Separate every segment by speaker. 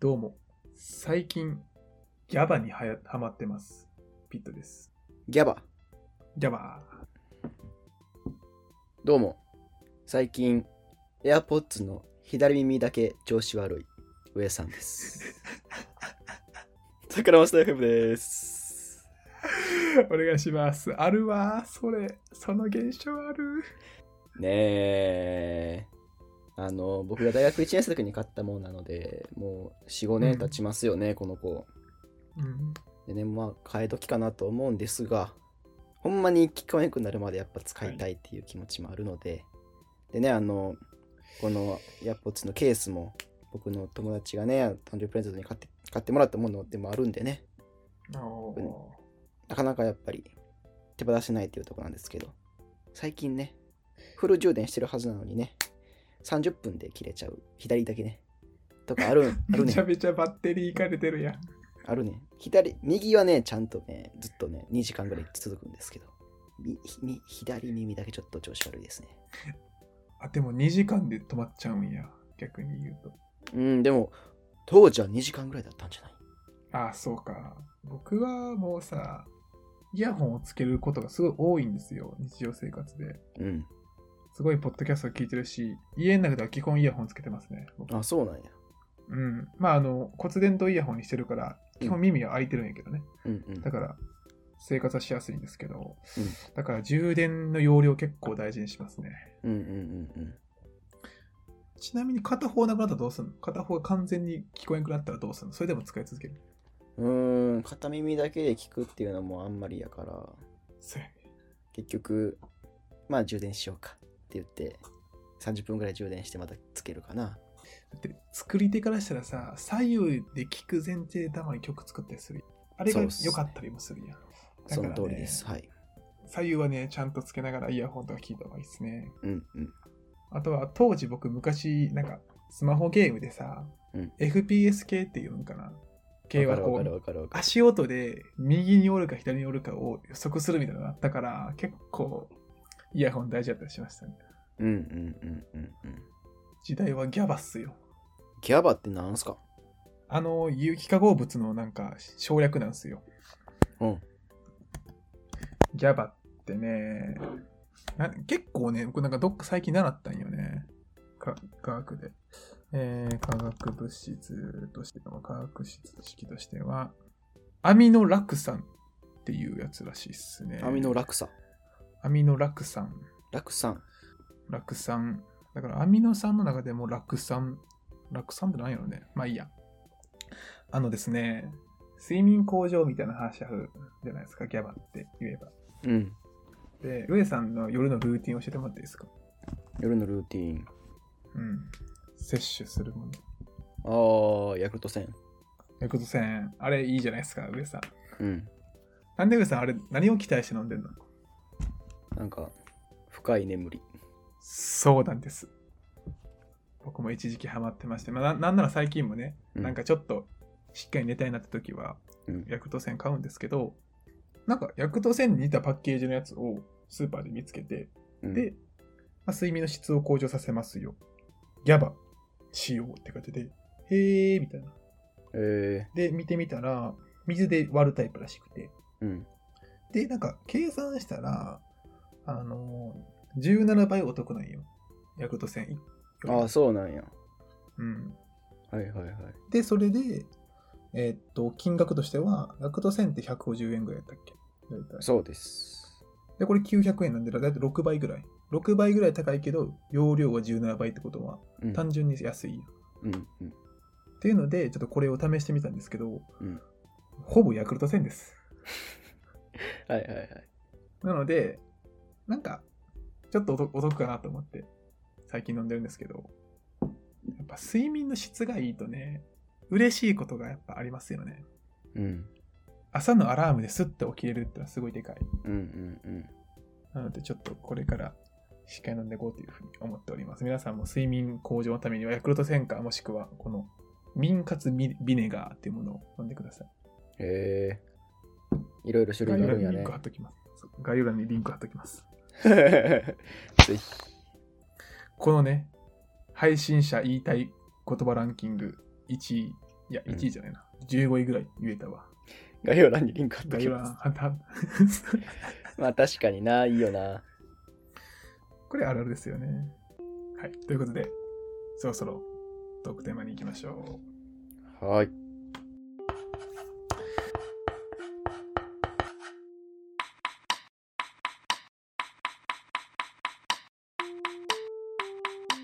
Speaker 1: どうも。最近、ギャバにはやハマってます。ピットです。
Speaker 2: ギャバ。
Speaker 1: ギャバ
Speaker 2: どうも。最近、AirPods の左耳だけ調子悪い、上さん です。桜マスター FM です。
Speaker 1: ー。 お願いします。あるわー、それ。その現象ある。
Speaker 2: ねえ。あの、僕が大学1年生の時に買ったものなので、もう4、5年経ちますよね、この子。
Speaker 1: うん。
Speaker 2: でね、まあ、替え時かなと思うんですが、ほんまに聞こえなくなるまでやっぱ使いたいっていう気持ちもあるので、でね、あの、この AirPods のケースも、僕の友達がね、誕生日プレゼントに買って買ってもらったものでもあるんでね、
Speaker 1: あー
Speaker 2: なかなかやっぱり手放せないっていうところなんですけど、最近ね、フル充電してるはずなのにね、30分で切れちゃう、左だけね、とかあるん、あ
Speaker 1: め
Speaker 2: るね
Speaker 1: ちゃ。めちゃバッテリーいかれてるやん。
Speaker 2: あるね。左、右はね、ちゃんとね、ずっとね、2時間ぐらい続くんですけど、みみ左耳だけちょっと調子悪いですね。
Speaker 1: あ、でも2時間で止まっちゃうんや。逆に言うと。
Speaker 2: うん、でも、当時は2時間ぐらいだったんじゃない
Speaker 1: あー、そうか。僕はもうさ、イヤホンをつけることがすごい多いんですよ。日常生活で。
Speaker 2: うん。
Speaker 1: すごいポッドキャストを聞いてるし、家の中では基本イヤホンつけてますね。僕
Speaker 2: あ、そうなんや。
Speaker 1: うん。まあ、あの、骨伝導イヤホンにしてるから、基本耳は開いてるんやけどね。
Speaker 2: うんうん
Speaker 1: だ。から、生活はしやすいんですけど、
Speaker 2: うん
Speaker 1: だから充電の容量結構大事にしますね。
Speaker 2: うんうんうんうん。
Speaker 1: ちなみに片方なくなったらどうするの片方が完全に聞こえなくなったらどうするのそれでも使い続ける。
Speaker 2: うーん、片耳だけで聞くっていうのもあんまりやから、
Speaker 1: そうやね
Speaker 2: 結局、まあ充電しようかって言って、30分ぐらい充電してまたつけるかな。
Speaker 1: だって、作り手からしたらさ、左右で聞く前提でたまに曲作ったりするやん。あれが
Speaker 2: そうっすね
Speaker 1: 良かったりもするやん。だ
Speaker 2: そ
Speaker 1: から
Speaker 2: の
Speaker 1: ね
Speaker 2: 通りです。はい。
Speaker 1: 左右はね、ちゃんとつけながらイヤホンとか聞いた方がいいですね。
Speaker 2: うんうん。
Speaker 1: あとは当時僕昔なんかスマホゲームでさ、
Speaker 2: うん
Speaker 1: FPS 系っていうんかな系は
Speaker 2: わかるわ
Speaker 1: こ
Speaker 2: かる
Speaker 1: う
Speaker 2: わかるわかる。
Speaker 1: 足音で右におるか左におるかを予測するみたいなのがあったから結構イヤホン大事だったりしましたね
Speaker 2: うんうんうんうんうん。
Speaker 1: 時代はギャバっすよ
Speaker 2: ギャバってなんすか
Speaker 1: あの有機化合物のなんか省略なんですよ
Speaker 2: うん。
Speaker 1: ギャバってねな結構ね僕なんかどっか最近習ったんよねか科学で、えー化学物質としては化学質式としてはアミノ落酸っていうやつらしいっすね
Speaker 2: アミノ落差。
Speaker 1: アミノ落酸
Speaker 2: 落酸。
Speaker 1: 落酸だからアミノ酸の中でも落酸落酸って何やろねまあいいやあのですね睡眠向上みたいな話あるじゃないですかギャバって言えば
Speaker 2: うん。
Speaker 1: で上さんの夜のルーティン教えてもらっていいですか
Speaker 2: 夜のルーティー
Speaker 1: う
Speaker 2: ン。
Speaker 1: ん摂取するもの
Speaker 2: ああ、ヤクルト戦。
Speaker 1: ヤクルト1000あれいいじゃないですか上さん
Speaker 2: うん。
Speaker 1: なんで上さんあれ何を期待して飲んでんの
Speaker 2: なんか、深い眠り。
Speaker 1: そうなんです僕も一時期ハマってまして、まあ、ななんなら最近もね
Speaker 2: うん
Speaker 1: なんかちょっとしっかり寝たいなって時は
Speaker 2: うん。
Speaker 1: ヤクルト1000買うんですけど、なんかヤクルト1000に似たパッケージのやつをスーパーで見つけて、
Speaker 2: うん
Speaker 1: で、、まあ、睡眠の質を向上させますよ。ギャバ使用って感じで、へーみたいな。
Speaker 2: え
Speaker 1: で、見てみたら、水で割るタイプらしくて。
Speaker 2: ー、うん。
Speaker 1: で、なんか計算したら、あのー、17倍お得なんよ。ヤクルト1000より。
Speaker 2: ああ、そうなんや。
Speaker 1: うん。
Speaker 2: はいはいはい。
Speaker 1: で、それで、えーっと、金額としては、ヤクルト1000って150円ぐらいだったっけ大体
Speaker 2: そうです。
Speaker 1: で、これ900円なんで、だいたい6倍ぐらい。6倍ぐらい高いけど、容量は17倍ってことは、
Speaker 2: うん。
Speaker 1: 単純に安いよ。
Speaker 2: うんうん。
Speaker 1: っていうので、ちょっとこれを試してみたんですけど、
Speaker 2: うん
Speaker 1: ほぼヤクルト1000です。
Speaker 2: はいはいはい。
Speaker 1: なので、なんか、ちょっとお得お得かなと思って、最近飲んでるんですけど、やっぱ睡眠の質がいいとね、嬉しいことがやっぱありますよね。
Speaker 2: うん。
Speaker 1: 朝のアラームですっと起きれるってのはすごいでかい。
Speaker 2: うんうん
Speaker 1: なので、ちょっとこれからしっかり飲んでいこうというふうに思っております。皆さんも睡眠向上のためには、ヤクルト1000か、もしくはこの、民活ビビネガーっていうものを飲んでください。
Speaker 2: うん。へえー。いろいろ種
Speaker 1: 概要
Speaker 2: 類がある
Speaker 1: 欄に
Speaker 2: んや
Speaker 1: リン
Speaker 2: ね
Speaker 1: ク。貼っときます。そう概要欄にリンク貼っときます。
Speaker 2: ぜひ。
Speaker 1: このね、配信者言いたい言葉ランキング1位、いや、
Speaker 2: うん
Speaker 1: 1位じゃないな。15位ぐらい言えたわ。
Speaker 2: 概要欄にリンク貼っと
Speaker 1: 概
Speaker 2: き
Speaker 1: 要
Speaker 2: ま
Speaker 1: 欄
Speaker 2: す。
Speaker 1: はた
Speaker 2: まあ確かにな、いいよな。
Speaker 1: これあるあるですよね。はい。ということで、そろそろトークテーマに行きましょう。
Speaker 2: はい。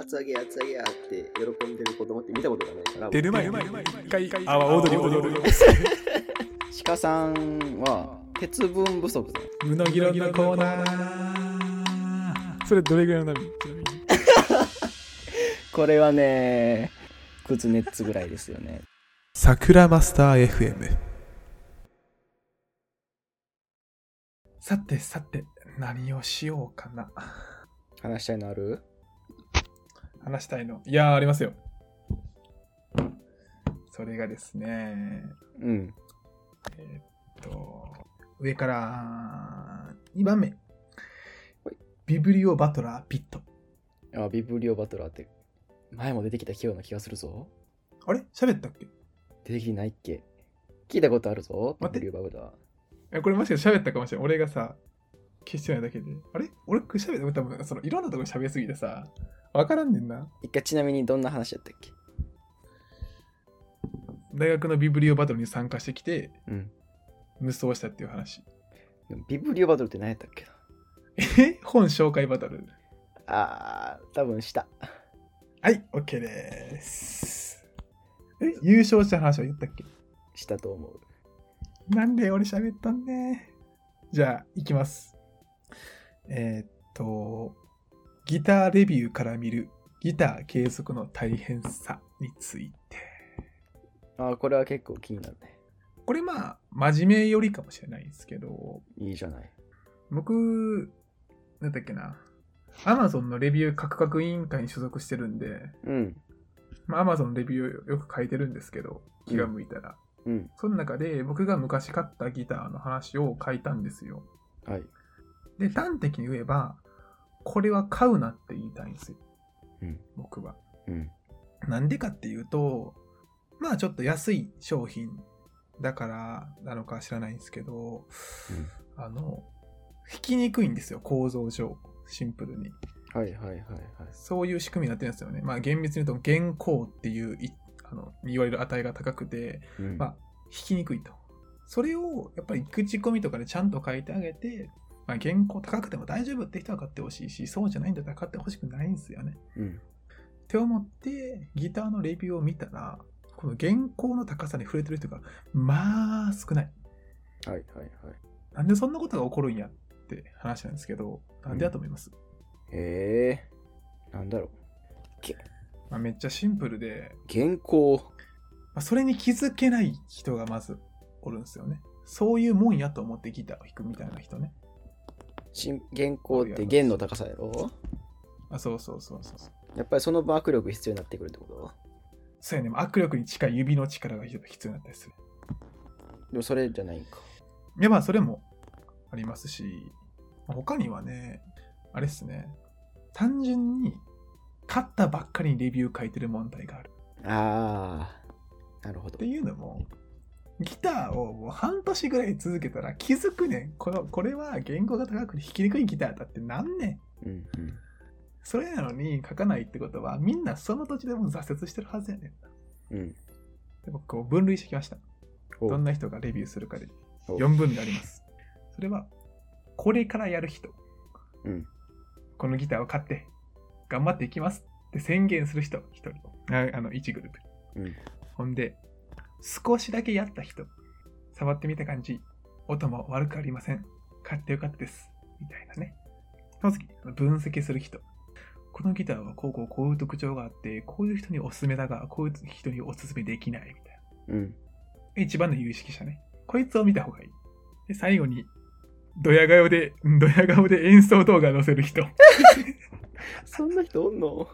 Speaker 2: 厚揚げ厚揚げやって喜んでる子供って見たことがないから
Speaker 1: 出る前に、一回、あ、オードリー、オードリー。
Speaker 2: 鹿さんは鉄分不足だよ
Speaker 1: 胸ぎらのコーナー。それどれぐらいの波ちなみに。
Speaker 2: これはねクズネッツぐらいですよね
Speaker 1: 桜マスター FM さてさて何をしようかな
Speaker 2: 話したいのある
Speaker 1: 話したいのいやーありますよそれがですね
Speaker 2: うん
Speaker 1: えーっと上から2番目
Speaker 2: はい
Speaker 1: ビブリオバトラーピット
Speaker 2: あビブリオバトラーって前も出てきたような気がするぞ
Speaker 1: あれ喋ったっけ
Speaker 2: 出てきてないっけ聞いたことあるぞ
Speaker 1: 待
Speaker 2: ビブ
Speaker 1: って
Speaker 2: リオバトラー
Speaker 1: えこれもしかして喋ったかもしれない俺がさ消してないだけであれ俺これ喋った多分そのいろんなとこ喋りすぎてさわからんねんな
Speaker 2: 一回ちなみにどんな話だったっけ
Speaker 1: 大学のビブリオバトルに参加してきて
Speaker 2: うん。
Speaker 1: 無双したっていう話
Speaker 2: でもビブリオバトルって何やったっけな
Speaker 1: え本紹介バトル
Speaker 2: あー、多分した。
Speaker 1: はい OK ですえ優勝した話は言ったっけ
Speaker 2: したと思う。
Speaker 1: なんで俺喋ったんねじゃあ行きますえーっとギターレビューから見るギター継続の大変さについて
Speaker 2: あー、これは結構気になるね。
Speaker 1: これまあ真面目よりかもしれないですけど
Speaker 2: いいじゃない。
Speaker 1: 僕なんだっけなアマゾンのレビューカクカク委員会に所属してるんで
Speaker 2: うん。
Speaker 1: まあ、Amazon のレビューをよく書いてるんですけど、気が向いたら。
Speaker 2: うん。
Speaker 1: その中で、僕が昔買ったギターの話を書いたんですよ。
Speaker 2: はい。
Speaker 1: で、端的に言えば、これは買うなって言いたいんですよ。
Speaker 2: うん
Speaker 1: 僕は。
Speaker 2: うん。
Speaker 1: なんでかっていうと、まあちょっと安い商品だからなのか知らないんですけど、あの、弾きにくいんですよ、構造上。シンプルに。
Speaker 2: はいはいはいはい。
Speaker 1: そういう仕組みになってるんですよね。まあ厳密に言うと、原稿っていうい、あの、いわゆる値が高くて、
Speaker 2: うん
Speaker 1: まあ、弾きにくいと。それを、やっぱり口コミとかでちゃんと書いてあげて、まあ、原稿高くても大丈夫って人は買ってほしいし、そうじゃないんだったら買ってほしくないんですよね。
Speaker 2: うん。
Speaker 1: って思って、ギターのレビューを見たら、この原稿の高さに触れてる人が、まあ、少ない。
Speaker 2: はいはいはい。
Speaker 1: なんでそんなことが起こるんやって話なんですけど、なんでだと思います、
Speaker 2: へえ。なんだろう。
Speaker 1: まあ、めっちゃシンプルで、
Speaker 2: 原稿。
Speaker 1: まあ、それに気づけない人がまずおるんですよね。そういうもんやと思ってギターを弾くみたいな人ね。
Speaker 2: しん原稿って弦の高さやろ
Speaker 1: あ、そうそうそうそうそう。
Speaker 2: やっぱりその場握力必要になってくるってこと
Speaker 1: そうやね、握力に近い指の力が必要になったりする。
Speaker 2: でもそれじゃないんか。
Speaker 1: いや、まあ、それもありますし、まあ他にはね、あれっすね、単純に、勝ったばっかりにレビュー書いてる問題がある。
Speaker 2: あー。なるほど
Speaker 1: って。いうのも、ギターをもう半年ぐらい続けたら気づくねん。この、これは言語が高くて弾きにくいギターだってなんねん。
Speaker 2: うんうん。
Speaker 1: それなのに書かないってことは、みんなその土地でもう挫折してるはずやねん。
Speaker 2: うん。
Speaker 1: で僕、こう分類してきました。
Speaker 2: お
Speaker 1: どんな人がレビューするかで
Speaker 2: お
Speaker 1: 4分類あります。それは、これからやる人、
Speaker 2: うん
Speaker 1: このギターを買って、頑張っていきますって宣言する人、1人、ああの1グループ。
Speaker 2: うん
Speaker 1: ほんで、少しだけやった人、触ってみた感じ、音も悪くありません。買ってよかったです。みたいなね。その次、あの分析する人。このギターはこうこうこういう特徴があって、こういう人におすすめだが、こういう人におすすめできないみたいな。
Speaker 2: うん。
Speaker 1: 一番の有識者ね。こいつを見た方がいい。で、最後に、ドヤ顔で、うんドヤ顔で演奏動画載せる人。
Speaker 2: そんな人おんの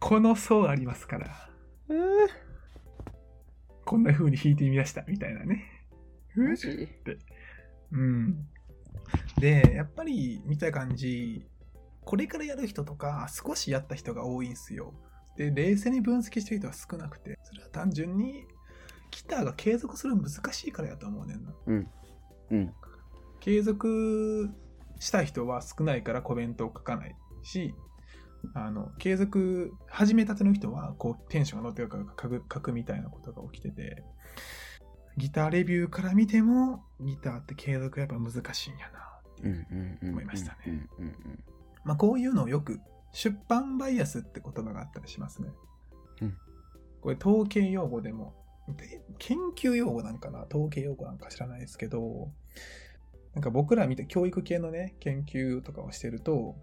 Speaker 1: この層ありますから、
Speaker 2: え
Speaker 1: こんな風に弾いてみました、みたいなね。
Speaker 2: マジ
Speaker 1: うん。で、やっぱり見た感じ、これからやる人とか、少しやった人が多いんすよ。で、冷静に分析してる人は少なくて、それは単純に、ターが継続するの難しいからやと思うねんな。
Speaker 2: うん。
Speaker 1: 継続した人は少ないからコメントを書かないし、あの、継続、始めたての人は、こう、テンションが乗ってるから書く、書くみたいなことが起きてて、ギターレビューから見ても、ギターって継続やっぱ難しいんやな。
Speaker 2: うんうんうん。
Speaker 1: 思いましたね
Speaker 2: うんうんうん。
Speaker 1: まあ、こういうのをよく、出版バイアスって言葉があったりしますね。
Speaker 2: うん
Speaker 1: これ、統計用語でも、で研究用語なんかな統計用語なんか知らないですけど、なんか僕ら見て教育系のね、研究とかをしてると、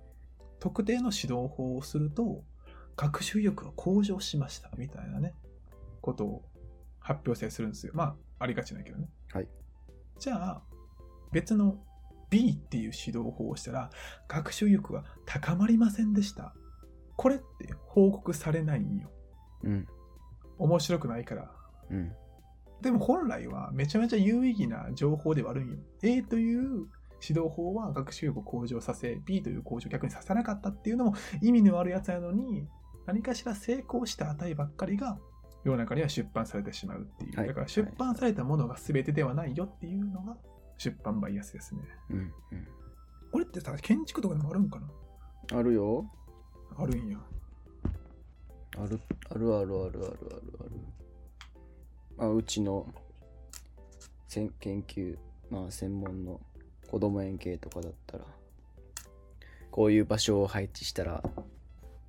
Speaker 1: 特定の指導法をすると、学習意欲が向上しました、みたいなね、ことを発表したりするんですよ。まあ、ありがちだけどね。
Speaker 2: はい。
Speaker 1: じゃあ、別の B っていう指導法をしたら、学習意欲は高まりませんでした。これって報告されないんよ。
Speaker 2: うん
Speaker 1: 面白くないから。
Speaker 2: うん。
Speaker 1: でも本来はめちゃめちゃ有意義な情報ではあるんよ。A という指導法は学習力を向上させ、B という向上を逆にさせなかったっていうのも意味のあるやつなのに、何かしら成功した値ばっかりが世の中には出版されてしまうっていう。
Speaker 2: はい
Speaker 1: だから出版されたものが全てではないよっていうのが出版バイアスですね。
Speaker 2: うんうん。
Speaker 1: これってさ、建築とかでもあるんかな
Speaker 2: あるよ。
Speaker 1: あるんよ。
Speaker 2: あるあるあるあるあるあるある。まあ、うちの専研究、まあ、専門の子供園系とかだったら、こういう場所を配置したら、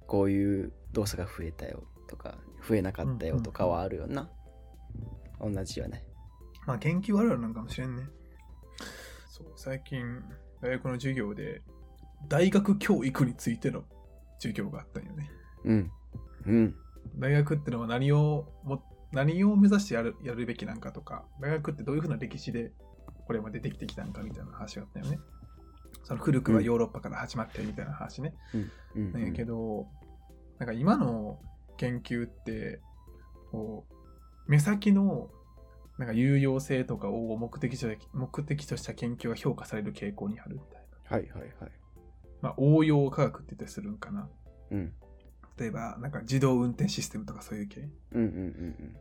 Speaker 2: こういう動作が増えたよとか、増えなかったよとかはあるよな。同じよね。
Speaker 1: まあ、研究あるあるなんかもしれんね。そう、最近、大学の授業で、大学教育についての授業があったんよね。
Speaker 2: うん。うん。
Speaker 1: 大学ってのは何をも、何を目指してやるやるべきなんかとか、大学ってどういうふうな歴史でこれまでできてきたんかみたいな話があったよね。その古くはヨーロッパから始まってみたいな話ね。
Speaker 2: うん。
Speaker 1: なんやけど、なんか今の研究って、こう、目先の、なんか有用性とかを目的とした目的とした研究が評価される傾向にあるみたいな。
Speaker 2: はいはいはい。
Speaker 1: まあ、応用科学って言ったりするんかな。
Speaker 2: うん。
Speaker 1: 例えば、なんか自動運転システムとかそういう系。
Speaker 2: うんうんうん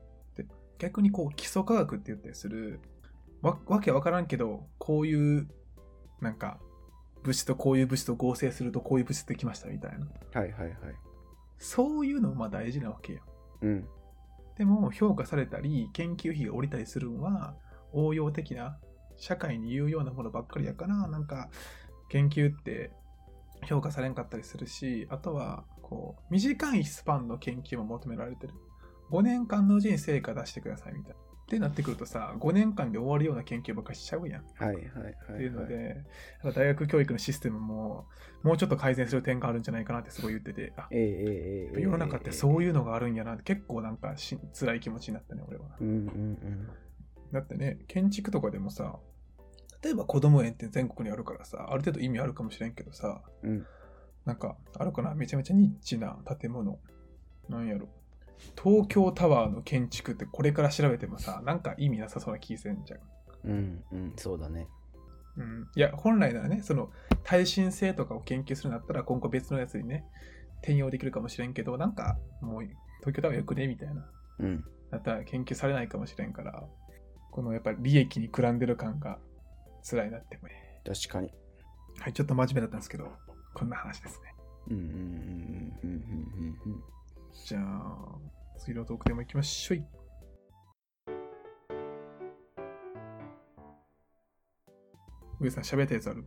Speaker 1: 逆にこう、基礎科学って言ったりする、わわけわからんけど、こういう、なんか、物質とこういう物質と合成するとこういう物質できましたみたいな。
Speaker 2: うん。はいはいはい。
Speaker 1: そういうのもまあ大事なわけよ。
Speaker 2: うん。
Speaker 1: でも評価されたり研究費が下りたりするのは応用的な社会に有用なものばっかりやからなんか研究って評価されんかったりするしあとはこう短いスパンの研究も求められてる5年間のうちに成果出してくださいみたいな。ってなってくるとさ5年間で終わるような研究ばっかりしちゃうやん。っ
Speaker 2: はいはいはい。
Speaker 1: ていうので、。なんか大学教育のシステムももうちょっと改善する点があるんじゃないかなってすごい言っててあ
Speaker 2: ええええええ。
Speaker 1: 世の中ってそういうのがあるんやなって結構なんかし辛い気持ちになったね俺は。
Speaker 2: うんうん
Speaker 1: だってね、建築とかでもさ、例えば子供園って全国にあるからさ、ある程度意味あるかもしれんけどさ、
Speaker 2: うん。うん。
Speaker 1: なんか、あるかな、めちゃめちゃニッチな建物。なんやろ。東京タワーの建築ってこれから調べてもさ、なんか意味なさそうな気せんじゃん。
Speaker 2: うんうん。そうだね。
Speaker 1: うん。いや、本来ならね、その耐震性とかを研究するんだったら、今後別のやつにね、転用できるかもしれんけど、なんか、もう東京タワーよくねみたいな。
Speaker 2: うん。
Speaker 1: だったら研究されないかもしれんから、このやっぱり利益にくらんでる感が辛いなって思うね。
Speaker 2: 確かに。
Speaker 1: はい、ちょっと真面目だったんですけど、こんな話ですね。
Speaker 2: うんうんうんうんうんうんうん。
Speaker 1: じゃあ、次のトークテーマいきましょい。上さん、喋ったやつある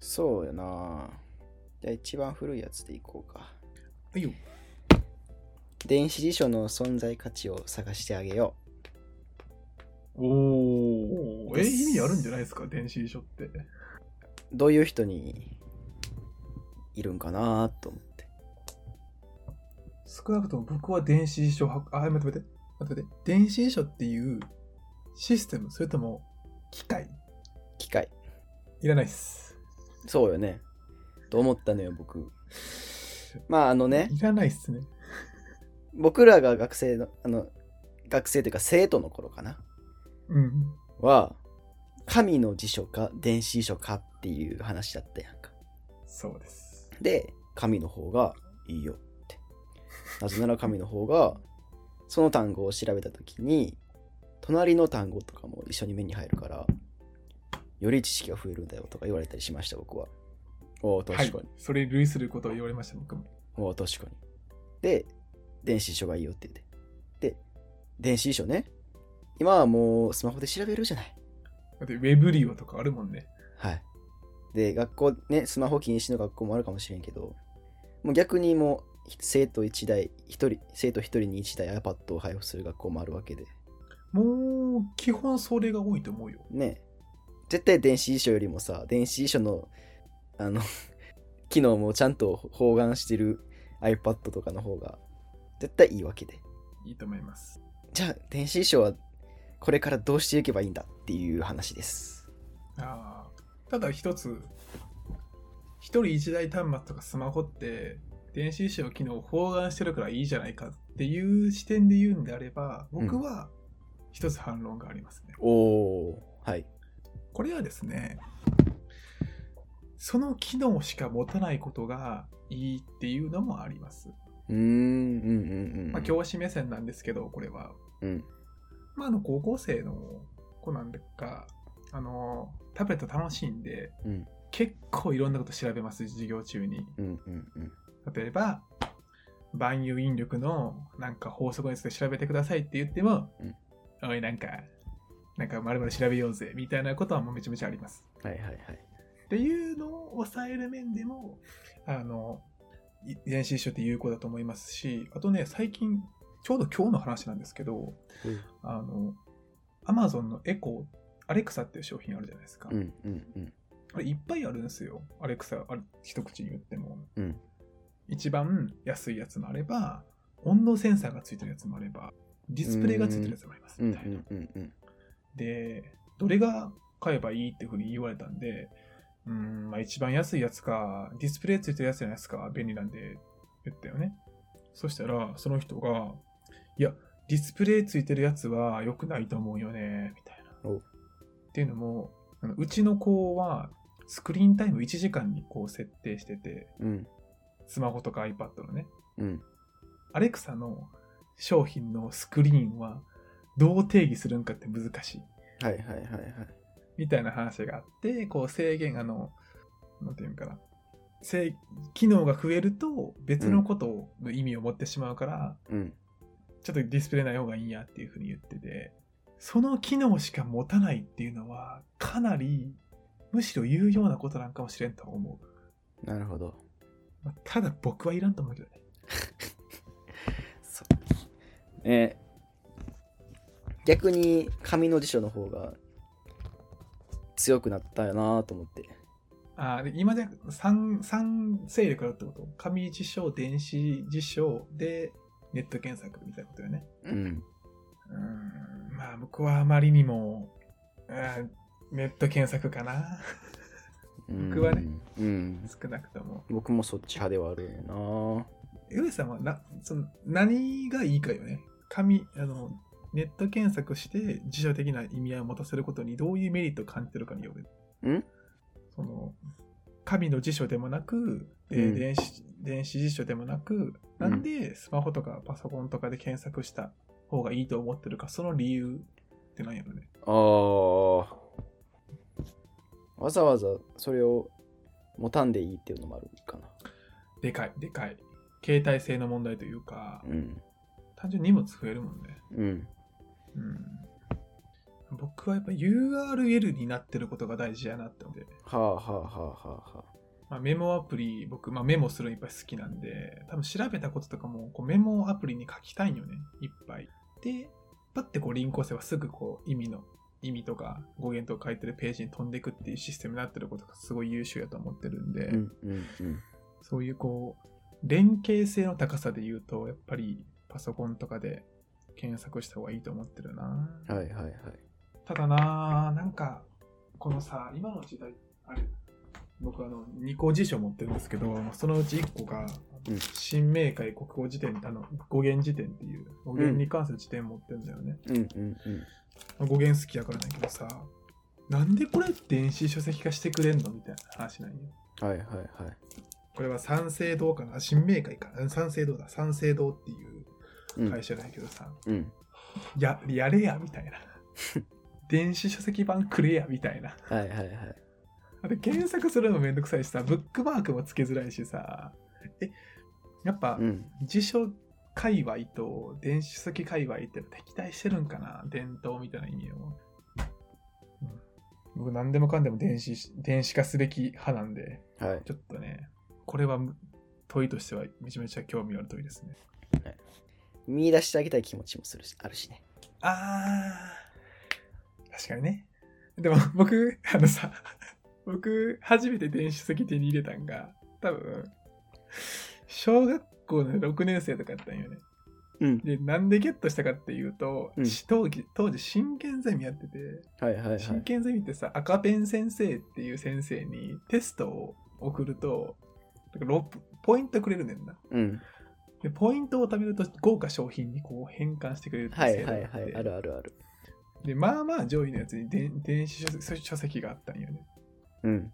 Speaker 2: そうやな。じゃあ一番古いやつでいこうか。
Speaker 1: はいよ。
Speaker 2: 電子辞書の存在価値を探してあげよ
Speaker 1: おー、え、
Speaker 2: です
Speaker 1: 意味あるんじゃないですか、電子辞書って。
Speaker 2: う。どういう人にいるんかなと思って。
Speaker 1: 少なくとも僕は電子辞書は、あ、待って待って、待って待って、電子辞書っていうシステム、それとも機械
Speaker 2: 機械。
Speaker 1: いらないっす。
Speaker 2: そうよね。と思ったのよ、僕。まああのね。
Speaker 1: いらないっすね。
Speaker 2: 僕らが学生のあの学生というか生徒の頃かな
Speaker 1: うん。
Speaker 2: は神の辞書か電子辞書かっていう話だったやんか
Speaker 1: そうです。
Speaker 2: で神の方がいいよってなぜなら神の方がその単語を調べた時に隣の単語とかも一緒に目に入るから、より知識が増えるんだよとか言われたりしました、僕は。おお、確かに。
Speaker 1: はい。それに類することを言われました、僕も。
Speaker 2: おお、確かに。で、電子辞書がいいよって言って。で、電子辞書ね。今はもうスマホで調べるじゃない。
Speaker 1: だって、ウェブリオとかあるもんね。
Speaker 2: はい。で、学校ね、スマホ禁止の学校もあるかもしれんけど、もう逆にもう、生徒1台、一人、生徒1人に1台 iPad を配布する学校もあるわけで、
Speaker 1: もう、基本それが多いと思うよ。
Speaker 2: ね、絶対電子辞書よりもさ、電子辞書の、あの、 機能もちゃんと包含してる iPad とかの方が、絶対いいわけで。
Speaker 1: いいと思います。
Speaker 2: じゃあ、電子辞書は、これからどうしていけばいいんだっていう話です。
Speaker 1: あーただ一つ、一人一台端末とかスマホって、電子辞書の機能を包含してるからいいじゃないかっていう視点で言うんであれば、僕は一つ反論がありますね。
Speaker 2: おおはい。
Speaker 1: これはですね、その機能しか持たないことがいいっていうのもあります。
Speaker 2: うーん、うん、うん、うん。
Speaker 1: まあ、教師目線なんですけど、これは。
Speaker 2: うん。
Speaker 1: まあ、あの、高校生の子なんか、あの、タブレット楽しいんで、
Speaker 2: うん
Speaker 1: 結構いろんなこと調べます、授業中に。
Speaker 2: うん、うん、うん。
Speaker 1: 例えば、万有引力のなんか法則について調べてくださいって言っても、
Speaker 2: うん
Speaker 1: おい、なんか、なんか、まるまる調べようぜ、みたいなことはもうめちゃめちゃあります。
Speaker 2: はいはいはい。
Speaker 1: っていうのを抑える面でも、あの、い電子辞書って有効だと思いますし、あとね、最近、ちょうど今日の話なんですけど、あの、アマゾンのエコー、アレクサっていう商品あるじゃないですか。
Speaker 2: うんうんうん。
Speaker 1: あれいっぱいあるんですよ。アレクサ、あれ一口に言っても。
Speaker 2: うん
Speaker 1: 一番安いやつもあれば、温度センサーがついてるやつもあれば、ディスプレイがついてるやつもあります。
Speaker 2: うん
Speaker 1: みたいな。
Speaker 2: うんうん。
Speaker 1: で、どれが買えばいいっていうふうに言われたんで、うーん、まあ一番安いやつか、ディスプレイついてるやつじゃないですか、便利なんで、言ったよね。そしたら、その人が、いや、ディスプレイついてるやつは良くないと思うよね、みたいな。
Speaker 2: お
Speaker 1: っていうのも、あのうちの子は、スクリーンタイム1時間にこう設定してて、
Speaker 2: うん
Speaker 1: スマホとか iPad のね、
Speaker 2: うん。
Speaker 1: アレクサの商品のスクリーンは、どう定義するんかって難しい。
Speaker 2: はいはいはいはい。
Speaker 1: みたいな話があって、こう制限、あの、なんていうんかな、制機能が増えると別のことの意味を持ってしまうから、
Speaker 2: うん。
Speaker 1: ちょっとディスプレイない方がいいんやっていうふうに言ってて、その機能しか持たないっていうのは、かなり、むしろ有用なことなんかもしれんとは思う。
Speaker 2: なるほど。
Speaker 1: まあただ僕はいらんと思うけどね。
Speaker 2: えー逆に紙の辞書の方が強くなったよなと思って。
Speaker 1: ああ、で今じゃ三、三勢力だってこと紙辞書、電子辞書でネット検索みたいなことよね。
Speaker 2: うん。
Speaker 1: うーんまあ僕はあまりにも、うんネット検索かな 僕はね。
Speaker 2: うん。
Speaker 1: 少なくとも
Speaker 2: 僕もそっち派ではあるよ
Speaker 1: 上さんはなその何がいいかよね紙あのネット検索して辞書的な意味合いを持たせることにどういうメリットを感じてるかによる
Speaker 2: ん
Speaker 1: その紙の辞書でもなく、えー
Speaker 2: うん
Speaker 1: 電子電子辞書でもなくなんでスマホとかパソコンとかで検索した方がいいと思ってるかその理由ってなんやろね
Speaker 2: なああ。わざわざそれを持たんでいいっていうのもあるかな。
Speaker 1: でかい、でかい。携帯性の問題というか、
Speaker 2: うん。
Speaker 1: 単純に荷物増えるもんね。
Speaker 2: うん。
Speaker 1: うん。僕はやっぱ URL になってることが大事やなって思って。
Speaker 2: はあはあはあはあはあ。
Speaker 1: まあ、メモアプリ、僕、まあ、メモするのいっぱい好きなんで、多分調べたこととかもこうメモアプリに書きたいんよね、いっぱい。で、パッてこうリンクを押せばすぐこう意味の、意味とか語源とか書いてるページに飛んでいくっていうシステムになってることがすごい優秀やと思ってるんで、
Speaker 2: うんうんうん。
Speaker 1: そういうこう、連携性の高さで言うと、やっぱりパソコンとかで検索した方がいいと思ってるな。
Speaker 2: はいはいはい。
Speaker 1: ただな、なんか、このさ、今の時代、あれ、僕あの、2個辞書持ってるんですけど、そのうち1個が、
Speaker 2: うん
Speaker 1: 新明解国語辞典、あの、語源辞典っていう、語源に関する辞典持ってるんだよね。
Speaker 2: うんうんうん。
Speaker 1: 語源好きやからだけどさ、なんでこれ電子書籍化してくれんのみたいな話なんよ。
Speaker 2: はいはいはい。
Speaker 1: これは三省堂かな新明会かな三省堂だ。三省堂っていう
Speaker 2: うん
Speaker 1: 会社だけどさ、
Speaker 2: うん。
Speaker 1: や、やれや、みたいな。電子書籍版くれや、みたいな。
Speaker 2: はいはいはい。
Speaker 1: あと検索するのめんどくさいしさ、ブックマークもつけづらいしさ。え、やっぱ
Speaker 2: う、ん。
Speaker 1: 辞書界隈と電子書籍界隈って敵対してるんかな伝統みたいな意味を。うん僕何でもかんでも電子し、電子化すべき派なんで、
Speaker 2: はい。
Speaker 1: ちょっとね、これはむ問いとしてはめちゃめちゃ興味ある問いですね。
Speaker 2: 見出してあげたい気持ちもするし、あるしね。
Speaker 1: あー、確かにね。でも 僕、あのさ、僕、初めて電子書籍手に入れたんが、多分、小学校の6年生とかやったんよね。
Speaker 2: うん。
Speaker 1: で、なんでゲットしたかっていうと、
Speaker 2: うん
Speaker 1: し当時、当時、真剣ゼミやってて、
Speaker 2: はいはいはい。
Speaker 1: 真剣ゼミってさ、赤ペン先生っていう先生にテストを送ると、だから6ポイントくれるねんな。
Speaker 2: うん。
Speaker 1: で、ポイントを貯めると豪華商品にこう変換してくれるって
Speaker 2: はい
Speaker 1: 制
Speaker 2: は
Speaker 1: 度
Speaker 2: い
Speaker 1: があ
Speaker 2: は
Speaker 1: っ
Speaker 2: い。
Speaker 1: て
Speaker 2: あるあるある。
Speaker 1: で、まあまあ上位のやつに電電子書籍書籍があったんよね。
Speaker 2: うん。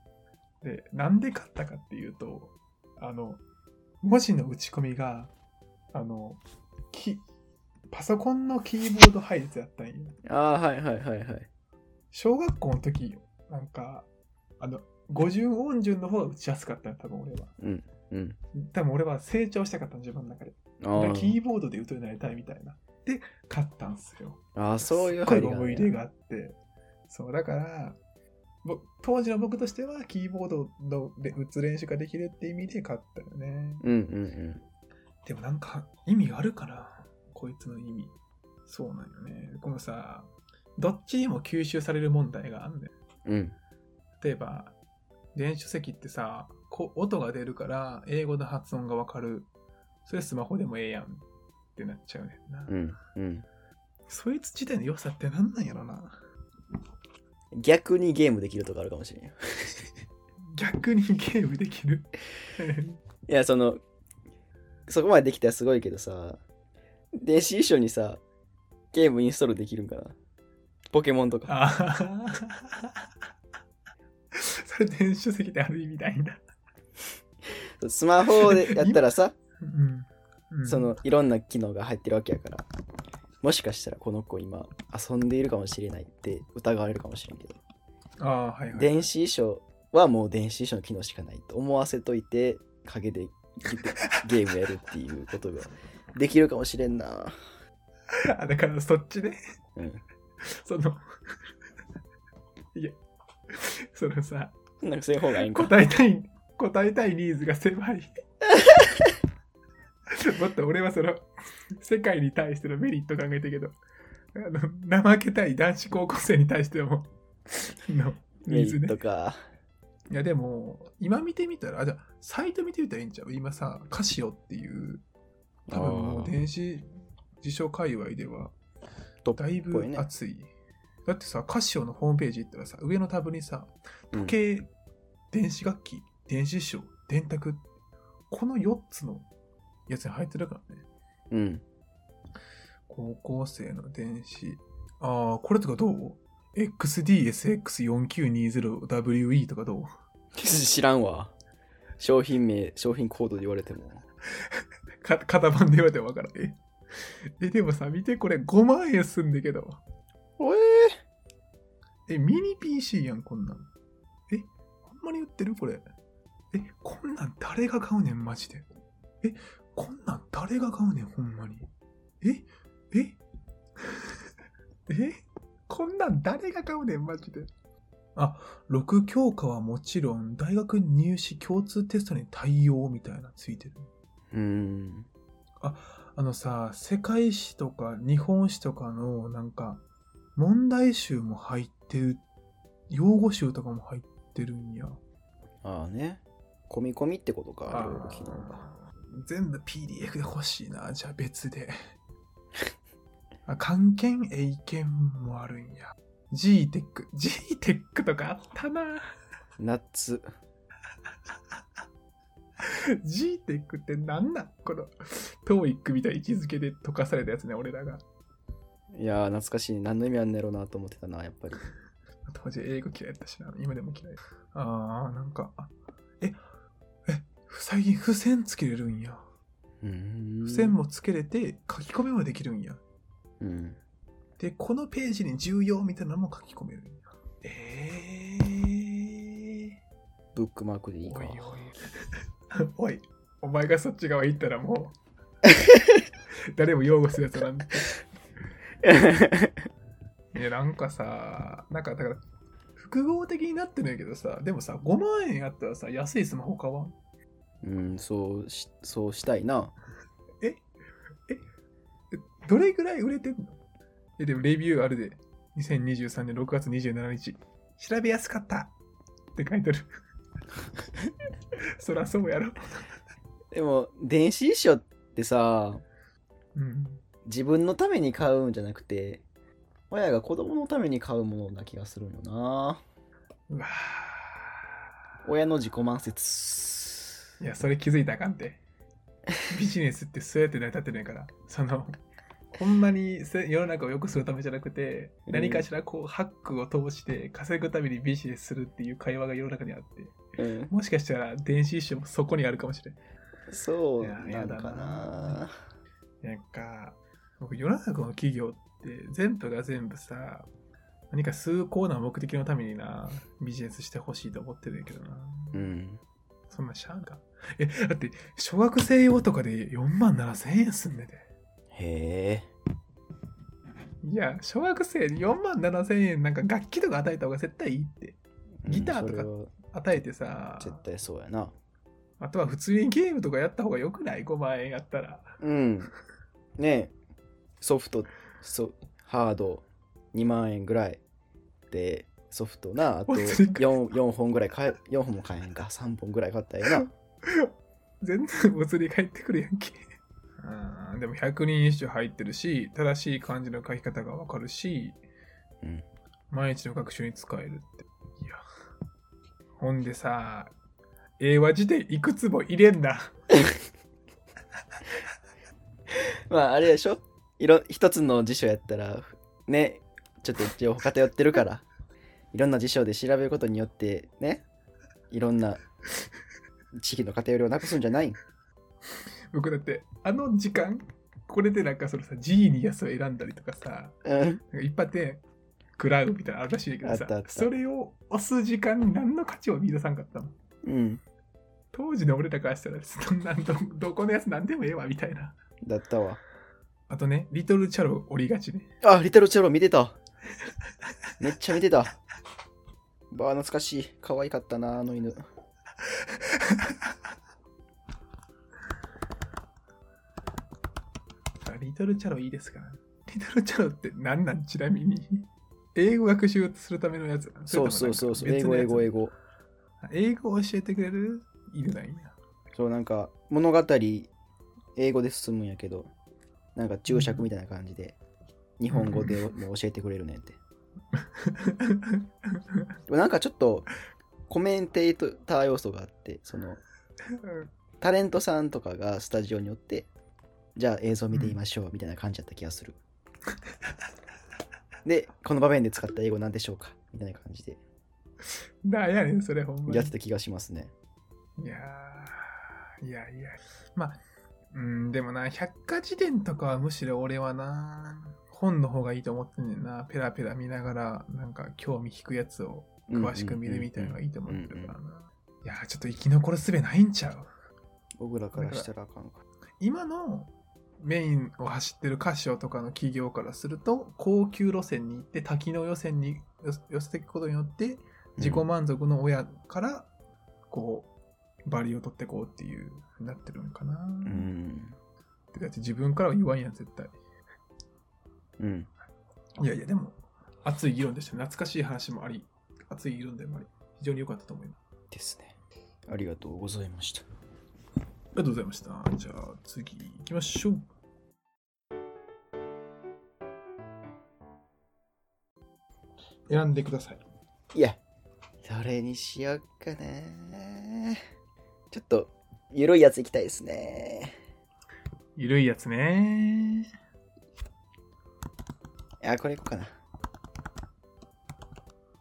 Speaker 1: で、なんで買ったかっていうと、あの、文字の打ち込みが、あの、きパソコンのキーボード配列だったんよ。
Speaker 2: ああ、はいはいはいはい。
Speaker 1: 小学校の時なんかあの五十音順の方が打ちやすかったの多分俺は
Speaker 2: うん。うん。
Speaker 1: 多分俺は成長したかったの自分の中でだから
Speaker 2: あ
Speaker 1: キーボードで打つようになりたいみたいなで買ったんすよ
Speaker 2: ああー、そういう
Speaker 1: すっ
Speaker 2: 入
Speaker 1: ごい
Speaker 2: りがあ
Speaker 1: 思
Speaker 2: る
Speaker 1: い
Speaker 2: ん
Speaker 1: 入れ
Speaker 2: や
Speaker 1: があってそうだからぼ当時の僕としてはキーボードので打つ練習ができるって意味で買ったよね
Speaker 2: うんうん
Speaker 1: でもなんか意味があるかなこいつの意味そうなんよねこのさどっちにも吸収される問題があんねん
Speaker 2: うん。うん。
Speaker 1: 例えば電子書籍ってさこ音が出るから英語の発音がわかるそれスマホでもええやんってなっちゃうねんな、
Speaker 2: うん。うん。
Speaker 1: そいつ自体の良さってなんなんやろな
Speaker 2: 逆にゲームできるとかあるかもしれんよ。
Speaker 1: 逆にゲームできる
Speaker 2: いや、その、そこまでできたらすごいけどさ、電子衣装にさ、ゲームインストールできるんかなポケモンとか。
Speaker 1: ああ それ電子書籍である意味ないんだ、
Speaker 2: スマホでやったら さ、
Speaker 1: うんうん
Speaker 2: そのいろんな機能が入ってるわけやから、もしかしたらこの子今遊んでいるかもしれないって疑われるかもしれんけど、
Speaker 1: ああはいはい
Speaker 2: 電子衣装はもう電子衣装の機能しかないと思わせといて、陰でゲームやるっていうことができるかもしれんな。
Speaker 1: あだからそっちね
Speaker 2: うん。
Speaker 1: そのいやそのさ
Speaker 2: なんかそういう方がいいんか。
Speaker 1: 答えたい答えたいニーズが狭い もっと俺はその世界に対してのメリット考えてるけどあの怠けたい男子高校生に対しても の
Speaker 2: メ
Speaker 1: ニー
Speaker 2: リ
Speaker 1: ズ
Speaker 2: ッ
Speaker 1: ね
Speaker 2: トか。
Speaker 1: いやでも今見てみたらあじゃあサイト見てみたらいいんちゃう今さカシオっていう多分もう
Speaker 2: あー
Speaker 1: 電子辞書界隈では
Speaker 2: トップ
Speaker 1: だいぶ
Speaker 2: ぽいね
Speaker 1: 熱いだってさカシオのホームページ行ったらさ上のタブにさ時計、電子楽器、電子書、電卓、この4つのやつに入ってるからね。
Speaker 2: うん。
Speaker 1: 高校生の電子。ああ、これとかどう ?XDSX4920WE とかどう
Speaker 2: 知らんわ。商品名、商品コードで言われても。
Speaker 1: か 型番で言われてもわからない。え、でもさ、見てこれ5万円すんだけど。
Speaker 2: おえ
Speaker 1: え、ミニ PC やん、こんなん。え、ほんまに売ってるこれ。え、こんなん誰が買うねん、マジで。え、こんなん誰が買うねん、ほんまに。え、え、え、こんなん誰が買うねん、マジで。あ、6教科はもちろん、大学入試共通テストに対応みたいなついてる。
Speaker 2: うーん。
Speaker 1: あのさ、世界史とか日本史とかのなんか問題集も入ってる、用語集とかも入ってるんや。
Speaker 2: ああね。込み込みってことか、いろいろ
Speaker 1: ー
Speaker 2: 機能が。
Speaker 1: 全部 PDF で欲しいな。じゃあ別で。 あ、関係英検もあるんや。GTEC。GTEC とかあったな。
Speaker 2: ナッツ。
Speaker 1: GTEC ってなんなんこの、TOEIC みたいな位置づけで溶かされたやつね、俺らが。
Speaker 2: いやー、懐かしい。何の意味あんねやろなと思ってたな、やっぱり。
Speaker 1: 当時英語嫌いだったしな、今でも嫌い。あー、なんか、あえ、え、最近付箋つけれるんや。
Speaker 2: うーん。
Speaker 1: 付箋もつけれて書き込みもできるんや。
Speaker 2: うん。
Speaker 1: で、このページに重要みたいなのも書き込めるんや。えー。
Speaker 2: ブックマークでいいか。
Speaker 1: おいおい おい、お前がそっち側行ったらもう 誰も擁護するやつなんて。いや、なんかさ、なんかだから、複合的になってるんやけどさ、でもさ、5万円あったらさ、安いスマホ買わん
Speaker 2: うん、そうし、そうしたいな。
Speaker 1: どれぐらい売れてんのえ、でもレビューあるで。2023年6月27日。調べやすかったって書いてある。 そらそうやろ。
Speaker 2: でも、電子衣装ってさ、
Speaker 1: うん。
Speaker 2: 自分のために買うんじゃなくて、親が子供のために買うものな気がするよな。
Speaker 1: うわ
Speaker 2: 親の自己満説。
Speaker 1: ーいや、それ気づいたらあかんて。ビジネスってそうやって成り立ってるんやから。その、ほんまにせ世の中を良くするためじゃなくて、何かしらこう、ハックを通して稼ぐためにビジネスするっていう会話が世の中にあって、
Speaker 2: うん、
Speaker 1: もしかしたら電子衣装もそこにあるかもしれん。
Speaker 2: そう
Speaker 1: いや
Speaker 2: なんか
Speaker 1: やだ
Speaker 2: な
Speaker 1: な。なんか、僕、世の中の企業って全部が全部さ、何か崇高な目的のためにな、ビジネスしてほしいと思ってるんやけどな。
Speaker 2: うん。
Speaker 1: そんなしゃあんか。え、だって、小学生用とかで4万7千円すんねんで。
Speaker 2: へえ。
Speaker 1: いや、小学生に4万7千円なんか楽器とか与えた方が絶対いいって。ギターとか
Speaker 2: うん
Speaker 1: 与えてさ、
Speaker 2: それは絶対そうやな。
Speaker 1: あとは普通にゲームとかやった方がよくない ?5 万円やったら。
Speaker 2: うん。ねえ、ソフト、ソハード2万円ぐらいで、ソフトな、あと
Speaker 1: お釣り
Speaker 2: 4, 4本ぐらい買え、4本も買えんか、3本ぐらい買ったらええな。
Speaker 1: 全然物理返ってくるやんけ。うん、でも100人一首入ってるし、正しい漢字の書き方がわかるし、
Speaker 2: うん
Speaker 1: 毎日の学習に使えるって。いや。ほんでさ、英和辞典いくつも入れんな。
Speaker 2: まあ、あれでしょいろ一つの辞書やったら、ね、ちょっと情報偏ってるから、いろんな辞書で調べることによって、ね、いろんな地域の偏りをなくすんじゃないん
Speaker 1: 僕だって、あの時間、これでなんかそのさ、ジーニアスを選んだりとかさ、
Speaker 2: うん。
Speaker 1: なんかいっぱいで、食らうみたいなのあるらしいんだけど
Speaker 2: あったあ
Speaker 1: さ
Speaker 2: っ、た
Speaker 1: それを押す時間に何の価値を見出さんかったの
Speaker 2: うん。
Speaker 1: 当時の俺らからしたら、そんなん ど、どこのやつ何でもええわみたいな。
Speaker 2: だったわ。
Speaker 1: あとね、リトルチャロ折りがちね。
Speaker 2: あ、リトルチェロ見てた。めっちゃ見てた。ばあ、懐かしい。可愛かったな、あの犬。
Speaker 1: あリトルチャロいいですから、リトルチャロって何なんちなみに。英語学習するためのやつな
Speaker 2: そうそうそうそう、英語、英語、英。語。
Speaker 1: それともなんか別のやつ英語を教えてくれる犬なんや。
Speaker 2: そう、なんか、物語、英語で進むんやけど、なんか注釈みたいな感じで、日本語でもう教えてくれるねんて。でもなんかちょっと、コメンテーター要素があって、その、タレントさんとかがスタジオによって、じゃあ映像見てみましょうみたいな感じだった気がする。で、この場面で使った英語なんでしょうかみたいな感じで
Speaker 1: なんやねん、それほんまに。
Speaker 2: やってた気がしますね。
Speaker 1: いやーいやいや。まあ、うん、でもな、百科事典とかはむしろ俺はな、本の方がいいと思ってんねんな。ペラペラ見ながら、なんか興味引くやつを詳しく見るみたいなのがいいと思ってるからな。いやー、ちょっと生き残る術ないんちゃう
Speaker 2: 僕らからしたらあかんか。
Speaker 1: 今のメインを走ってるカシオとかの企業からすると、高級路線に行って多機能路線に寄せ寄せていくことによって、自己満足の親から、こう、バリを取ってこうっていう、になってるのかな。
Speaker 2: うん。
Speaker 1: てかだって自分からは言わんやん、絶対。
Speaker 2: うん。
Speaker 1: いやいや、でも、熱い議論でしたね。懐かしい話もあり、熱い議論でもあり、非常に良かったと思います。
Speaker 2: ですね。ありがとうございました。
Speaker 1: ありがとうございました。じゃあ次行きましょう。選んでください。
Speaker 2: いや、どれにしようかな。ちょっと、ゆるいやついきたいですね。
Speaker 1: ゆるいやつね。
Speaker 2: あ、これいこうかな。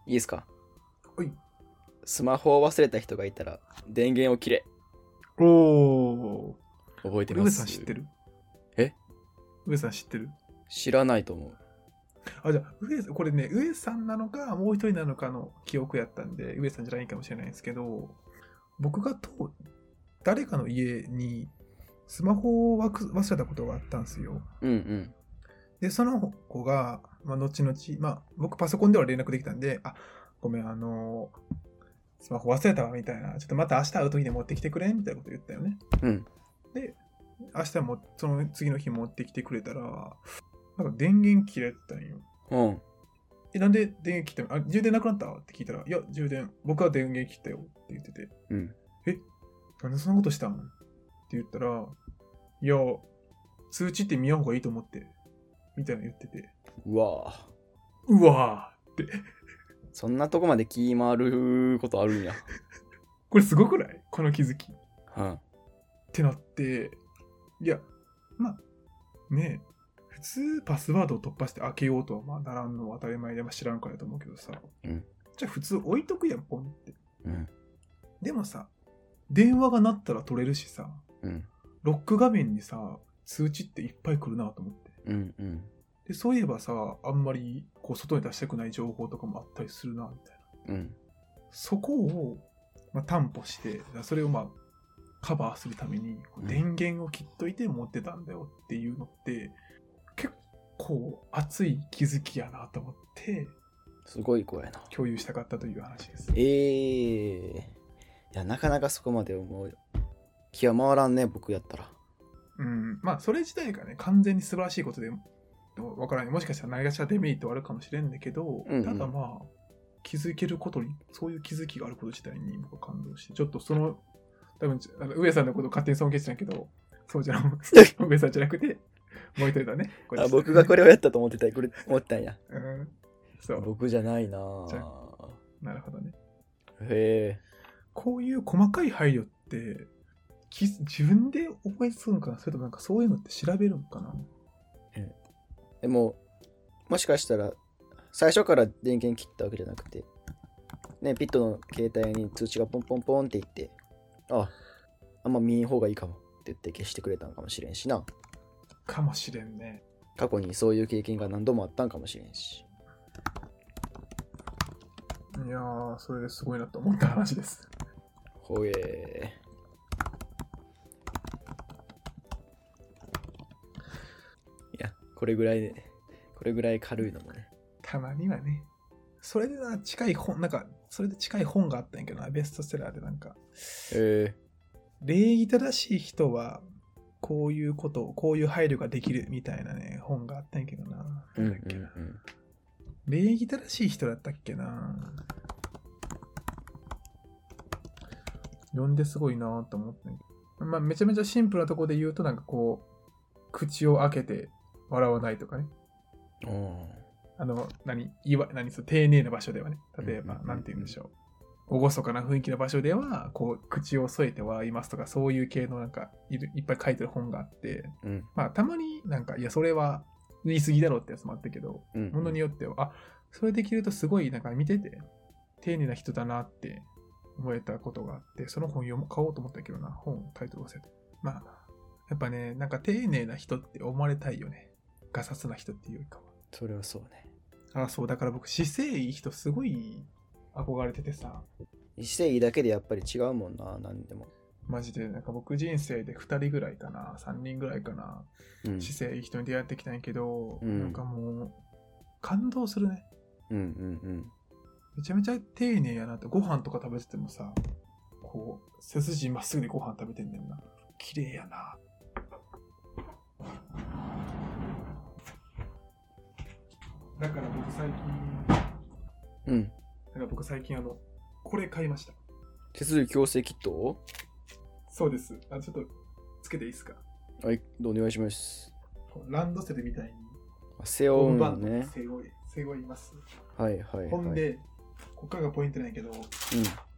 Speaker 2: いいですか
Speaker 1: はい。
Speaker 2: スマホを忘れた人がいたら、電源を切れ。
Speaker 1: おお。
Speaker 2: 覚えて
Speaker 1: 上
Speaker 2: ま
Speaker 1: 部
Speaker 2: す。
Speaker 1: さん知ってる
Speaker 2: え
Speaker 1: 上部さん知ってる
Speaker 2: 知らないと思う。
Speaker 1: あ、じゃあ、上、これね、上さんなのか、もう一人なのかの記憶やったんで、上さんじゃないかもしれないですけど、僕がと、誰かの家にスマホをわく忘れたことがあったんですよ。
Speaker 2: うんうん。
Speaker 1: で、その子が、まあ、後々、まあ、僕パソコンでは連絡できたんで、あ、ごめん、あのスマホ忘れたわ、みたいな。ちょっとまた明日会う時に持ってきてくれ、みたいなこと言ったよね。
Speaker 2: うん。
Speaker 1: 明日も、その次の日持ってきてくれたら、なんか電源切れてたんよ。
Speaker 2: うん。
Speaker 1: え、なんで電源切ったのあ、充電なくなったって聞いたら、いや、充電、僕は電源切ったよって言ってて、
Speaker 2: うん。
Speaker 1: なんでそんなことしたんって言ったら、いや、通知って見やん方がいいと思って、みたいなの言ってて、
Speaker 2: うわぁ。
Speaker 1: うわー
Speaker 2: そんなとこまで気回ることあるんや。
Speaker 1: これすごくないこの気づき。っ
Speaker 2: うん。
Speaker 1: てなって、いや、まあ、ねえ、普通パスワードを突破して開けようとはまあならんのは当たり前で、まあ、知らんからやと思うけどさ、
Speaker 2: うん
Speaker 1: じゃあ普通置いとくやん、ポンって。
Speaker 2: うん。
Speaker 1: でもさ、電話が鳴ったら取れるしさ、
Speaker 2: うん。
Speaker 1: ロック画面にさ、通知っていっぱい来るなと思って。
Speaker 2: うん。うん。
Speaker 1: で、そういえばさ、あんまりこう外に出したくない情報とかもあったりするな、みたい
Speaker 2: うん。
Speaker 1: な。そこを、まあ、担保して、それをまあ、カバーするために、こ
Speaker 2: うん
Speaker 1: う電源を切っといて持ってたんだよっていうのって、結構熱い気づきやなと思って、
Speaker 2: すごい子やな。
Speaker 1: 共有したかったという話です。
Speaker 2: ええいや、なかなかそこまで思う。気は回らんね、僕やったら。
Speaker 1: うん、まあ、それ自体がね、完全に素晴らしいことでもわからない。もしかしたら何がしらデメリットはあるかもしれんだけど、
Speaker 2: うんうん
Speaker 1: ただまあ、気づけることに、そういう気づきがあること自体に僕は感動して、ちょっとその、多分あの上さんのこと勝手に尊敬してないけど、そうじゃ ん、上さんじゃなくて、もう一人だね。こいつ
Speaker 2: あ僕がこれをやったと思ってたこれ思ったんや。
Speaker 1: うん。 そう、
Speaker 2: 僕じゃないな
Speaker 1: じゃ
Speaker 2: ぁ。
Speaker 1: なるほどね。
Speaker 2: へえ。
Speaker 1: こういう細かい配慮って、き自分で覚えつくのかなそれともなんかそういうのって調べるのかな
Speaker 2: でも、もしかしたら、最初から電源切ったわけじゃなくて、ね、ピットの携帯に通知がポンポンポンっていって、あ、あんま見ん方がいいかもって言って消してくれたのかもしれんしな。
Speaker 1: かもしれんね。
Speaker 2: 過去にそういう経験が何度もあったんかもしれんし。
Speaker 1: いやー、それですごいなと思った話です。
Speaker 2: ほえー。いや、これぐらいで、これぐらい軽いのもね。
Speaker 1: たまにはね。それでな、近い本、なんか、それで近い本があったんやけどな、ベストセラーでなんか、
Speaker 2: え
Speaker 1: 礼儀正しい人は、こういうことを、こういう配慮ができるみたいなね、本があったんやけどな。
Speaker 2: うんう
Speaker 1: なんだっけなん
Speaker 2: うん。
Speaker 1: 礼儀正しい人だったっけな。読んですごいなと思ったんやけどまあ、めちゃめちゃシンプルなとこで言うと、なんかこう、口を開けて笑わないとかね。
Speaker 2: お
Speaker 1: あの、何、いわ何そう丁寧な場所ではね、例え
Speaker 2: うんうんうん
Speaker 1: ば、
Speaker 2: うん
Speaker 1: なんて言うんでしょう。厳かな雰囲気の場所では、こう、口を添えて笑いますとか、そういう系のなんかいる、いっぱい書いてる本があって、
Speaker 2: ーうん。
Speaker 1: まあ、たまになんか、いや、それは言い過ぎだろうってやつもあったけど、
Speaker 2: うん。
Speaker 1: ものによっては、あ、それできるとすごい、なんか見てて、丁寧な人だなって思えたことがあって、その本読も買おうと思ったけどな、本、タイトル忘れた。まあ、やっぱね、なんか丁寧な人って思われたいよね。ガサツな人っていうよりかは。
Speaker 2: それはそうね。
Speaker 1: あそうだから僕姿勢いい人すごい憧れててさ
Speaker 2: 姿勢だけでやっぱり違うもんな、何でも。
Speaker 1: マジでなんか僕人生で2人ぐらいかな3人ぐらいかな、
Speaker 2: うん
Speaker 1: 姿勢いい人に出会ってきたんやけど、
Speaker 2: うん
Speaker 1: なんかもう感動するね
Speaker 2: うんうん
Speaker 1: めちゃめちゃ丁寧やなってご飯とか食べててもさこう背筋まっすぐでご飯食べてんねんな綺麗やなだから僕最近
Speaker 2: うん。うん。
Speaker 1: だから僕最近あのこれ買いました
Speaker 2: 手続き強制キット
Speaker 1: そうです。あちょっとつけていいですか
Speaker 2: はい、どうお願いします。
Speaker 1: こうランドセルみたいに
Speaker 2: あ背
Speaker 1: ゴ
Speaker 2: 負う
Speaker 1: ム
Speaker 2: ん
Speaker 1: バ
Speaker 2: だ
Speaker 1: ンド
Speaker 2: ね。
Speaker 1: 背負い、背負います。
Speaker 2: はいはいはい。
Speaker 1: ほん
Speaker 2: うん。
Speaker 1: で、ここからがポイントなんやけど、こ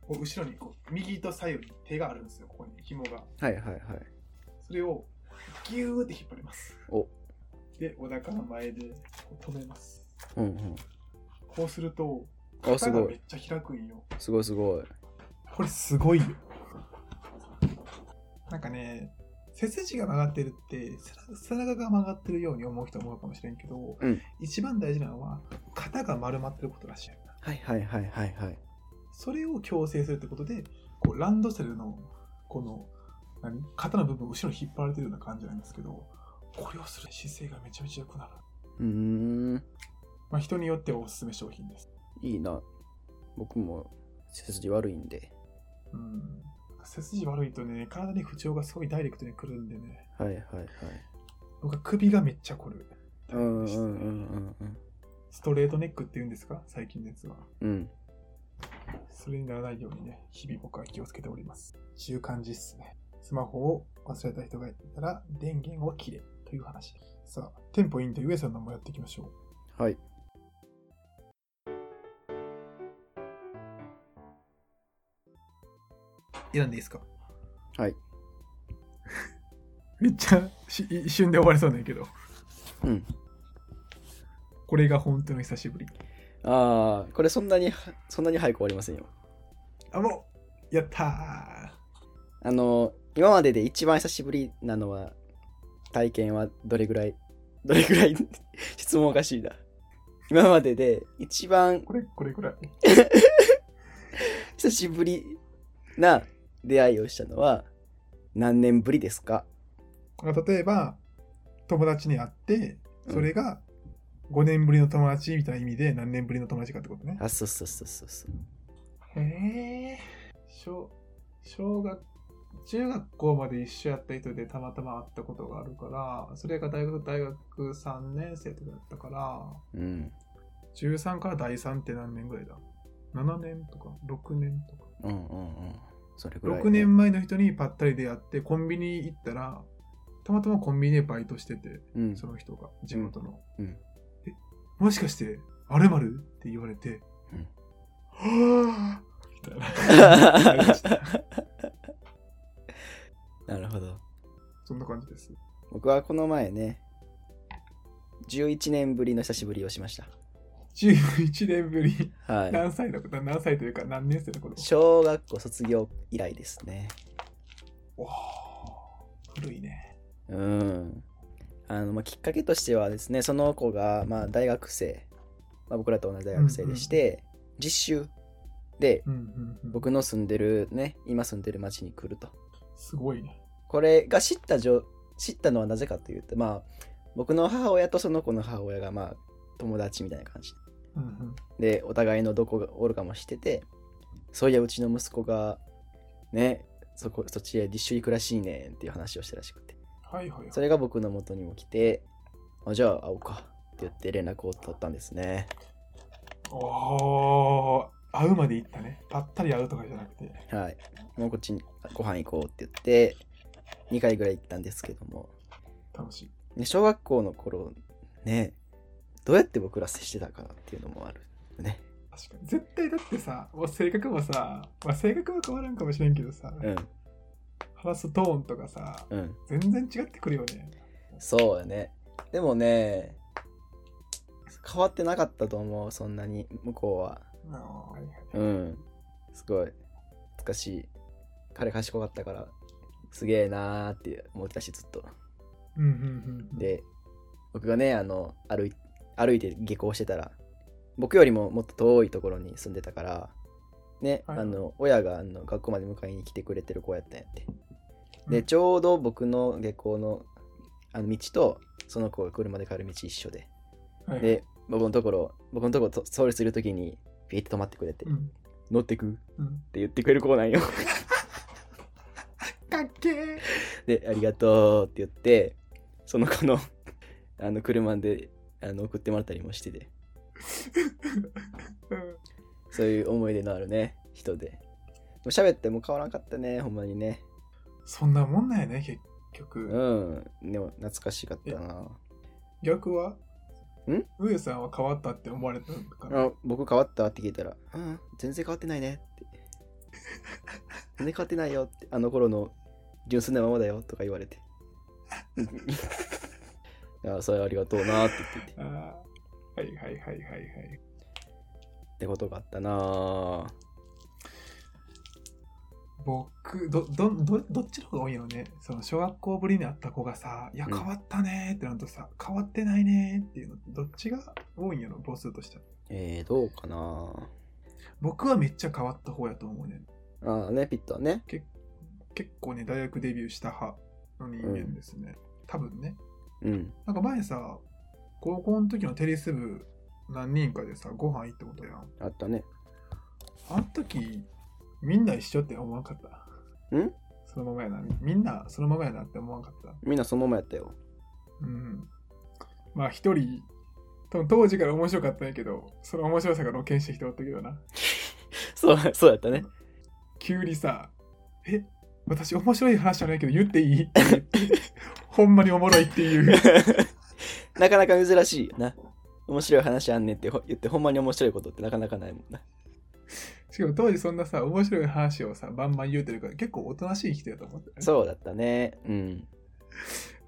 Speaker 1: う後ろにこう右と左右に手があるんですよ、ここに紐が。
Speaker 2: はいはいはい。
Speaker 1: それをギューって引っ張ります。
Speaker 2: お
Speaker 1: で、お腹の前でこう止めます。
Speaker 2: うんうん。
Speaker 1: こうすると、
Speaker 2: あ、す
Speaker 1: 肩が
Speaker 2: ご
Speaker 1: め
Speaker 2: い
Speaker 1: っ。ちゃ開くんよ。
Speaker 2: すごいすごい。
Speaker 1: これすごいよ。なんかね、背筋が曲がってるって背中が曲がってるように思う人も多いかもしれんけど、
Speaker 2: うん
Speaker 1: 一番大事なのは肩が丸まってることらしいよな
Speaker 2: はいはいはいはいはい。
Speaker 1: それを矯正するってことでこうランドセルのこの何肩の部分後ろに引っ張られてるような感じなんですけどこれをする姿勢がめちゃめちゃ良くなる、
Speaker 2: うーん。
Speaker 1: まあ、人によってはおすすめ商品です、
Speaker 2: いいな。僕も背筋悪いんで。
Speaker 1: うん、背筋悪いとね体に不調がすごいダイレクトにくるんでね
Speaker 2: はいはいはい。
Speaker 1: 僕は首がめっちゃこる
Speaker 2: うんうんうんうん
Speaker 1: ストレートネックって言うんですか最近のやつは
Speaker 2: うん。うん。
Speaker 1: それにならないようにね、日々僕は気をつけております。習慣実すね。スマホを忘れた人がいたら電源を切れという話。さあ、テンポインとゆえさんのもやっていきましょ
Speaker 2: はい。
Speaker 1: う。選んでいいですか
Speaker 2: はい。
Speaker 1: めっちゃし一瞬で終わりそうなんやけど。
Speaker 2: うん。
Speaker 1: これが本当の久しぶり。
Speaker 2: ああ、これそんなに、そんなに早く終わりませんよ。
Speaker 1: あ、もうやった
Speaker 2: あの、今までで一番久しぶりなのは、体験はどれぐらい、どれぐらい、 質問おかしいな。今までで一番
Speaker 1: ーこれ、これぐらい。
Speaker 2: 久しぶりな出会いをしたのは何年ぶりですか
Speaker 1: まあ例えば、友達に会って、
Speaker 2: うん
Speaker 1: それが5年ぶりの友達みたいな意味で何年ぶりの友達かってことね。
Speaker 2: あ、そうそうそうそうそう。
Speaker 1: へえ小小学中学校まで一緒やった人でたまたま会ったことがあるからそれが大学大学3年生とかだったから
Speaker 2: うん。
Speaker 1: 13から第3って何年ぐらいだ7年とか6年とか
Speaker 2: うんうんうん。それぐらい、
Speaker 1: 6年前の人にぱったり出会ってコンビニ行ったらたまたまコンビニでバイトしてて
Speaker 2: うん
Speaker 1: そ。の 人が地元の、
Speaker 2: うん
Speaker 1: えもしかしてあれまるって言われて、
Speaker 2: うん
Speaker 1: はあみたいなありました
Speaker 2: なるほど。
Speaker 1: そんな感じです。
Speaker 2: 僕はこの前ね、11年ぶりの久しぶりをしました。
Speaker 1: 11年ぶり。
Speaker 2: はい。
Speaker 1: 何歳のこと何歳というか何年生のこと
Speaker 2: 小学校卒業以来ですね。
Speaker 1: おー古いね。
Speaker 2: うん。あの、まあ、きっかけとしてはですね、その子が、まあ、大学生、まあ、僕らと同じ大学生でして、実習で
Speaker 1: うんうんうん、
Speaker 2: 僕の住んでるね今住んでる町に来ると
Speaker 1: すごいね。
Speaker 2: これが知ったじょ知ったのはなぜかというとまあ僕の母親とその子の母親がまあ友達みたいな感じ
Speaker 1: うんうん、
Speaker 2: でお互いのどこがおるかもしててそういやうちの息子がねそこそっちへ実習行くらしいねんっていう話をしたらしくて
Speaker 1: はいはいはい。
Speaker 2: それが僕の元にも来てあじゃあ会おうかって言って連絡を取ったんですね
Speaker 1: おー会うまで行ったね。ぱったり会うとかじゃなくて。
Speaker 2: はいもうこっちにご飯行こうって言って2回ぐらい行ったんですけども
Speaker 1: 楽しい。
Speaker 2: ね、小学校の頃ねどうやって僕ら接してたかなっていうのもあるね
Speaker 1: 確かに。絶対だってさ、もう性格もさ、まあ、性格は変わらんかもしれんけどさ、
Speaker 2: うん
Speaker 1: 話すトーンとかさ、
Speaker 2: うん
Speaker 1: 全然違ってくるよね。
Speaker 2: そうよねでもね変わってなかったと思うそんなに向こうは
Speaker 1: あーはいはい
Speaker 2: うんすごい懐かしい彼賢かったからすげえなーって思ってたしずっと
Speaker 1: うんうんうん、
Speaker 2: で僕がねあの歩い歩いて下校してたら僕よりももっと遠いところに住んでたからね、
Speaker 1: はい
Speaker 2: あの親があの学校まで迎えに来てくれてる子やったんやって
Speaker 1: う
Speaker 2: で
Speaker 1: ん
Speaker 2: ちょうど僕の下校のあの道とその子が車で帰る道一緒で
Speaker 1: はい、
Speaker 2: で僕のところ僕のところ通りするときにピーって止まってくれて、
Speaker 1: うん
Speaker 2: 乗ってくっ
Speaker 1: うん、
Speaker 2: て言ってくれる子なんよ
Speaker 1: かっけー
Speaker 2: でありがとうって言ってその子の あの車であの送ってもらったりもしてて
Speaker 1: うん
Speaker 2: そういう思い出のあるね、人で。でも喋っても変わらんかったね、ほんまにね。
Speaker 1: そんなもんなんやね、結局。
Speaker 2: うん。でも懐かしかったな。
Speaker 1: 逆は
Speaker 2: ん
Speaker 1: 上さんは変わったって思われたのかな
Speaker 2: あ僕変わったって聞いたら、うん、全然変わってないねって。全然変わってないよって、あの頃の純粋なままだよとか言わ れて。いやそれありがとうなって言ってて。
Speaker 1: あ
Speaker 2: っ
Speaker 1: ーはいはいはいはいはい。
Speaker 2: てことがあったな。
Speaker 1: 僕どどどどっちの方が多いのねその小学校ぶりに会った子がさ「いや
Speaker 2: うん
Speaker 1: 変わったね」ってなるとさ、変わってないね」っていうのってどっちが多いんやろ母数としては
Speaker 2: えー、どうかな
Speaker 1: 僕はめっちゃ変わった方やと思うね
Speaker 2: ああね、ピットはね。
Speaker 1: 結構ね大学デビューした派の人間ですね、多分ね
Speaker 2: うん。
Speaker 1: なんか前さ高校の時のテレス部何人かでさご飯行ったことやん
Speaker 2: あったね。
Speaker 1: あの時みんな一緒って思わんかった
Speaker 2: ん
Speaker 1: そのままやなみんなそのままやなって思わんかった
Speaker 2: みんなそのままやったよ。
Speaker 1: うんまあ一人多分当時から面白かったんやけどその面白さが露見してきておったけどな
Speaker 2: そう、そうやったね。
Speaker 1: 急にさ「え私面白い話じゃないけど言っていい?」って言ってほんまにおもろいっていう
Speaker 2: なかなか珍しいよな。面白い話あんねんってほ言って、ほんまに面白いことってなかなかないもんな。
Speaker 1: しかも当時そんなさ面白い話をさバンバン言うてるから結構おとなしい人やと思って
Speaker 2: そうだったね。うん。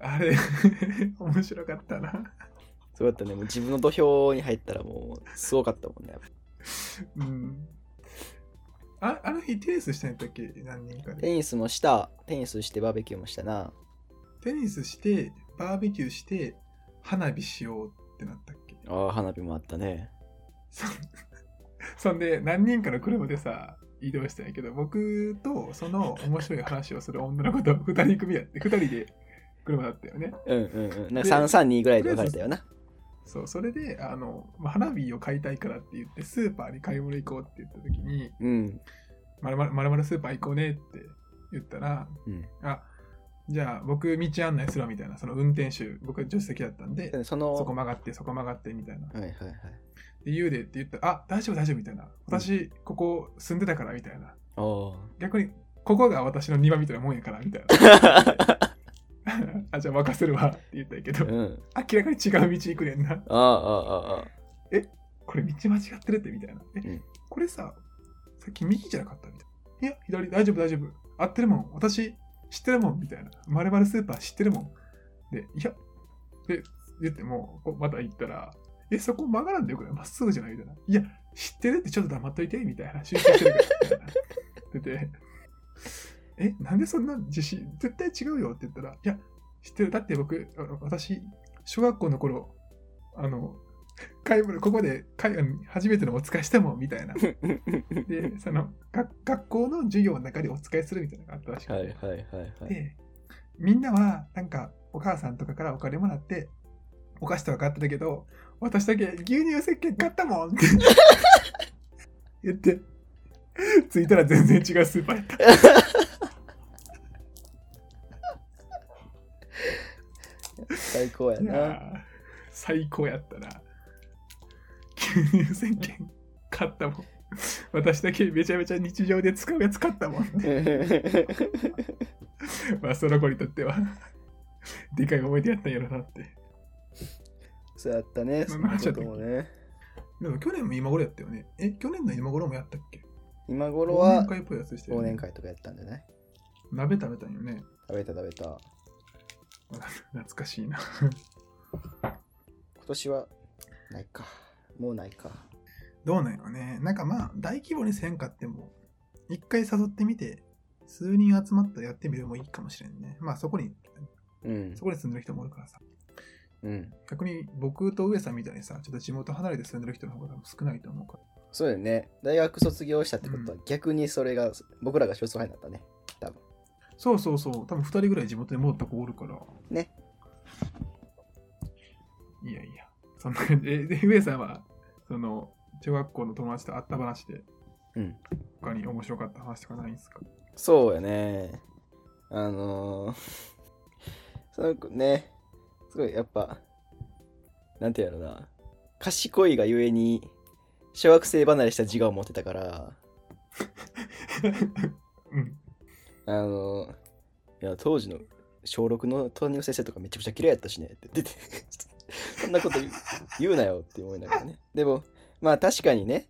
Speaker 1: あれ 面白かったな
Speaker 2: そうだったね。もう自分の土俵に入ったらもう、すごかったもんね。
Speaker 1: うんああの日テニスしたんやったっけ何人かで
Speaker 2: テニスもした。テニスしてバーベキューもしたな。
Speaker 1: テニスしてバーベキューして花火しようってなったっけ
Speaker 2: ああ、花火もあったね。
Speaker 1: そんそんで何人かの車でさ移動したんやけど僕とその面白い話をする女の子と2人 組やって2人で車だったよね
Speaker 2: うんうんうん。なんか332ぐらいで別れたよな。
Speaker 1: そうそれであのまあ花火を買いたいからって言ってスーパーに買い物行こうって言った時に
Speaker 2: うん。
Speaker 1: 「まるまるまるまるスーパー行こうね」って言ったら
Speaker 2: うん
Speaker 1: 「あじゃあ僕道案内するわ」みたいなその運転手僕は助手席だったんで
Speaker 2: でその、
Speaker 1: そこ曲がってそこ曲がってみたいな
Speaker 2: はいはいはい。
Speaker 1: で言うでって言ったら「あ大丈夫大丈夫」みたいな「私ここ住んでたから」みたいな
Speaker 2: ああ。
Speaker 1: 逆にここが私の庭みたいなもん やからみたいなあじゃあ任せるわって言ったんやけど
Speaker 2: うん。
Speaker 1: 明らかに違う道行くねんな
Speaker 2: ああ、ああ、ああ。
Speaker 1: これ道間違ってるってみたいなえ、
Speaker 2: うん
Speaker 1: これささっき右じゃなかったみたいないや左大丈夫大丈夫合ってるもん私知ってるもんみたいなまるまるスーパー知ってるもんでいやで言ってもこうまた行ったらえそこ曲がらんでよくないまっすぐじゃないみたいないや知ってるってちょっと黙っといてみたいな集中してるから みたいなででえなんでそんな自信絶対違うよって言ったらいや知ってるだって僕あの私小学校の頃あの買い物ここで買いあの初めてのお使いしたもんみた いな でそのが学校の授業の中でお使いするみたいなのがあったらしくて、
Speaker 2: はいはいはいはい。
Speaker 1: でみんなはなんかお母さんとかからお金もらってお菓子とか買ってたけど私だけ牛乳石鹸買った もんって言って着いたら全然違うスーパーやった
Speaker 2: 最高や
Speaker 1: い
Speaker 2: な。
Speaker 1: やー最高やったな牛乳石鹸買ったもん私だけめちゃめちゃ日常で使うやつ買ったもん まあその子にとってはでかい思い出やったんやろなって
Speaker 2: そうやったね、
Speaker 1: ま
Speaker 2: そ
Speaker 1: あ
Speaker 2: ん
Speaker 1: ま
Speaker 2: な
Speaker 1: あ
Speaker 2: こともね。
Speaker 1: でも去年も今頃やったよねえ去年の今頃もやったっけ
Speaker 2: 今
Speaker 1: こ
Speaker 2: 頃は
Speaker 1: 忘年会っぽいやつしてる
Speaker 2: 忘
Speaker 1: よね
Speaker 2: 年会とかやったんじゃない
Speaker 1: 鍋食べたんよね
Speaker 2: 食べた食べた。今
Speaker 1: 懐かしいな
Speaker 2: 年はないか。もうないか。
Speaker 1: どうなんやろねなんかまあ大規模にせんかっても一回誘ってみて数人集まったらやってみるのもいいかもしれんねまあそこに
Speaker 2: うん
Speaker 1: そ。こに住んでる人もおるからさ
Speaker 2: うん。
Speaker 1: 逆に僕と上さんみたいにさちょっと地元離れて住んでる人の方が少ないと思うから
Speaker 2: そうだよね。大学卒業したってことは逆にそれが僕らが少数派になったね。多分。
Speaker 1: そうそうそう、多分2人ぐらい地元に戻った子おるから。
Speaker 2: ね。
Speaker 1: いやいや、そんな感じで、で上さんは、その、中学校の友達と会った話で、
Speaker 2: うん。
Speaker 1: 他に面白かった話とかないんですか
Speaker 2: そうやね。あのー、 その子ね、すごいやっぱ、なんていうのな、賢いがゆえに、小学生離れした自我を持ってたから、
Speaker 1: うん。
Speaker 2: あのー、いや、当時の小6の担任の先生とかめちゃくちゃ綺麗やったしねって出て、 そんなこと言う言うなよって思いながらね。でも、まあ確かにね、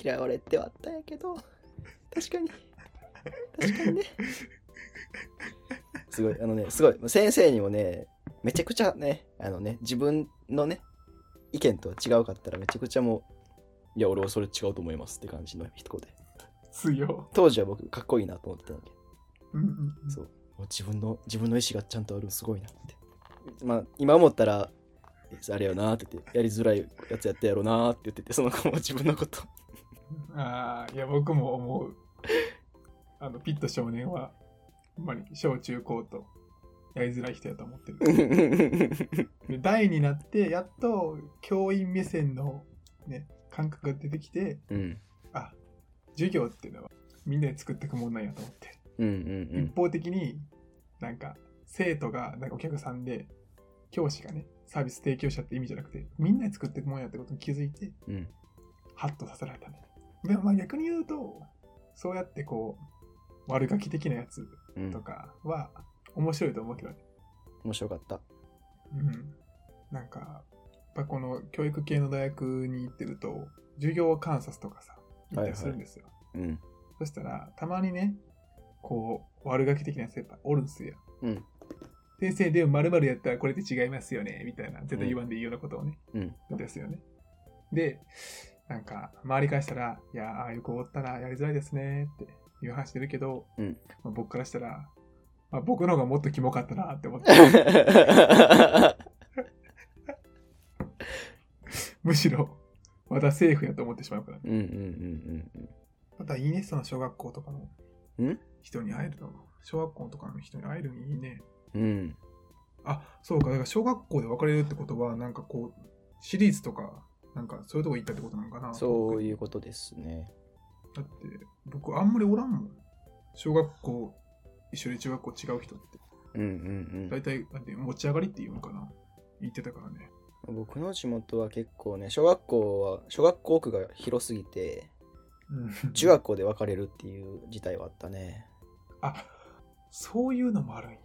Speaker 2: 嫌われてはあったんやけど、確かに、確かにね。すごい、あのね、すごい、先生にもね、めちゃくちゃね、あのね、自分のね、意見とは違うかったらめちゃくちゃもう、いや、俺はそれ違うと思いますって感じの一言で。
Speaker 1: 強。
Speaker 2: 当時は僕かっこいいなと思ってたので、
Speaker 1: うんうんうん
Speaker 2: そうお自分の自分の意思がちゃんとあるすごいなってまあ今思ったらえあれよなーって言ってやりづらいやつやったやろなーって言っててその子も 自分のこと
Speaker 1: ああ、いや、僕も思う。あの、ピット少年は、ほんまに小中高とやりづらい人やと思ってる。で大になって、やっと教員目線の、ね、感覚が出てきて、
Speaker 2: うん
Speaker 1: あ、授業っていうのはみんなで作っていくもんなんやと思って。
Speaker 2: うんうんうん
Speaker 1: 一方的になんか生徒がなんかお客さんで教師がねサービス提供者って意味じゃなくてみんなで作っていくもんやってことに気づいて
Speaker 2: うん
Speaker 1: ハッとさせられたねでもまあ逆に言うとそうやってこう悪ガキ的なやつ
Speaker 2: うん
Speaker 1: とかは面白いと思うけどね
Speaker 2: 面白かった
Speaker 1: うんなんかやっぱこの教育系の大学に行ってると授業観察とかさ行ったりするんですよ、
Speaker 2: うん
Speaker 1: そしたらたまにねこう悪ガキ的なやつやっぱおるんすよ
Speaker 2: うん
Speaker 1: 先生でも〇〇やったらこれって違いますよねみたいな絶対言わんでいいようなことをね、
Speaker 2: うん
Speaker 1: ですよねでなんか周りからしたらいやああいう子おったらやりづらいですねっていう話してるけど、
Speaker 2: うん
Speaker 1: まあ僕からしたら、まあ、僕の方がもっとキモかったなって思って むしろまたセーフやと思ってしまうから、ね、
Speaker 2: うんうんうんうん
Speaker 1: またいいねその小学校とかの
Speaker 2: ん
Speaker 1: 人に会えるの小学校とかの人に会えるのいいね
Speaker 2: うん
Speaker 1: あそうかだから小学校で別れるってことはなんかこうシリーズとかなんかそういうとこ行ったってことなのかな
Speaker 2: そういうことですね
Speaker 1: だって僕あんまりおらんもん小学校一緒で中学校違う人って
Speaker 2: うんうんうん
Speaker 1: 大体なんて持ち上がりって言うんかな言ってたからね
Speaker 2: 僕の地元は結構ね小学校は小学校区が広すぎて中学校で別れるっていう事態はあったね
Speaker 1: あそういうのもあるんや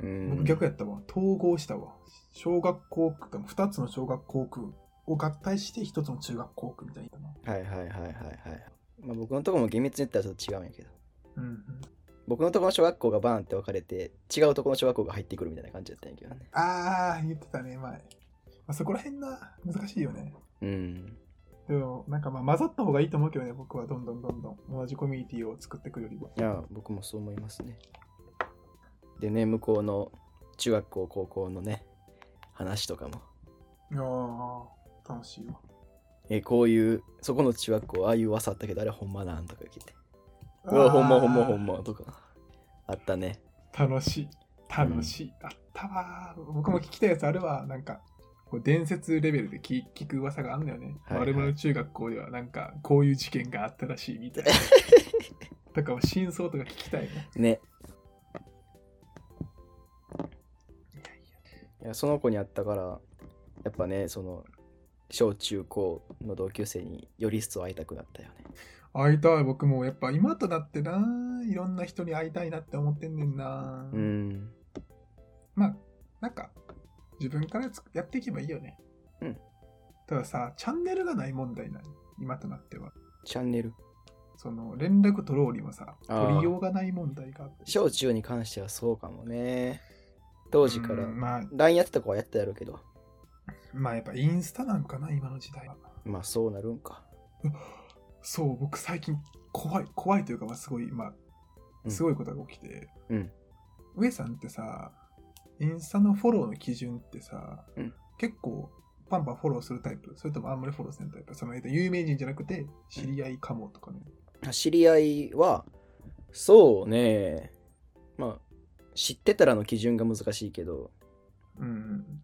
Speaker 2: うん
Speaker 1: 僕逆やったわ統合したわ小学校区か2つの小学校区を合体して1つの中学校区みたいな
Speaker 2: はいはいはいはいはい、まあ、僕のとこも厳密に言ったらちょっと違うんやけど
Speaker 1: うんうん
Speaker 2: 僕のとこの小学校がバーンって分かれて違うとこの小学校が入ってくるみたいな感じだったんやけどね
Speaker 1: ああ言ってたね前、まあ、そこら辺が難しいよね
Speaker 2: うん
Speaker 1: でも、なんかまあ混ざった方がいいと思うけどね、僕はどんどんどんどん同じコミュニティを作っていくよりは。
Speaker 2: いや僕もそう思いますねでね向こうの中学校高校のね話とかも
Speaker 1: ああ、楽しいわ。
Speaker 2: えこういうそこの中学校ああいう噂あったけどあれほんまなんとか聞いてうわほんまほんまほん
Speaker 1: ま。
Speaker 2: まとかあったね
Speaker 1: 楽しい。楽しい。あったわー。僕も聞きたいやつあるわ。なんか、こう伝説レベルで聞聞く噂があるんだよね。
Speaker 2: はいは
Speaker 1: 我
Speaker 2: い
Speaker 1: 々の中学校ではなんかこういう事件があったらしいみた いな。だから真相とか聞きたいね。
Speaker 2: ねいやその子に会ったからやっぱねその小中高の同級生により一層会いたくなったよね
Speaker 1: 会いたい。僕もやっぱ今となってな、いろんな人に会いたいなって思ってんねんな。
Speaker 2: うん
Speaker 1: まあ、なんか、自分からつやっていけばいいよね。
Speaker 2: うん。
Speaker 1: たださ、チャンネルがない問題ない。今となっては。
Speaker 2: チャンネル
Speaker 1: その、連絡取ろうにもさ、
Speaker 2: あー
Speaker 1: 取りようがない問題があって。
Speaker 2: 小中に関してはそうかもね当時か
Speaker 1: う
Speaker 2: ら
Speaker 1: んまあ、
Speaker 2: LINE やってた子はやったやろうけど
Speaker 1: まあやっぱインスタなんかな、今の時代は。
Speaker 2: まあそうなるんか
Speaker 1: そう、僕最近怖い、怖いというか、まあすごい、ま
Speaker 2: う
Speaker 1: あ、
Speaker 2: ん
Speaker 1: すごいことが起きて。
Speaker 2: うん
Speaker 1: 上さんってさ、インスタのフォローの基準ってさ、
Speaker 2: うん
Speaker 1: 結構、パンパンフォローするタイプそれともあんまりフォローせんタイプその、えっと有名人じゃなくて、知り合いかもとかね。
Speaker 2: 知り合いはそうねまあ知ってたらの基準が難しいけど
Speaker 1: うん。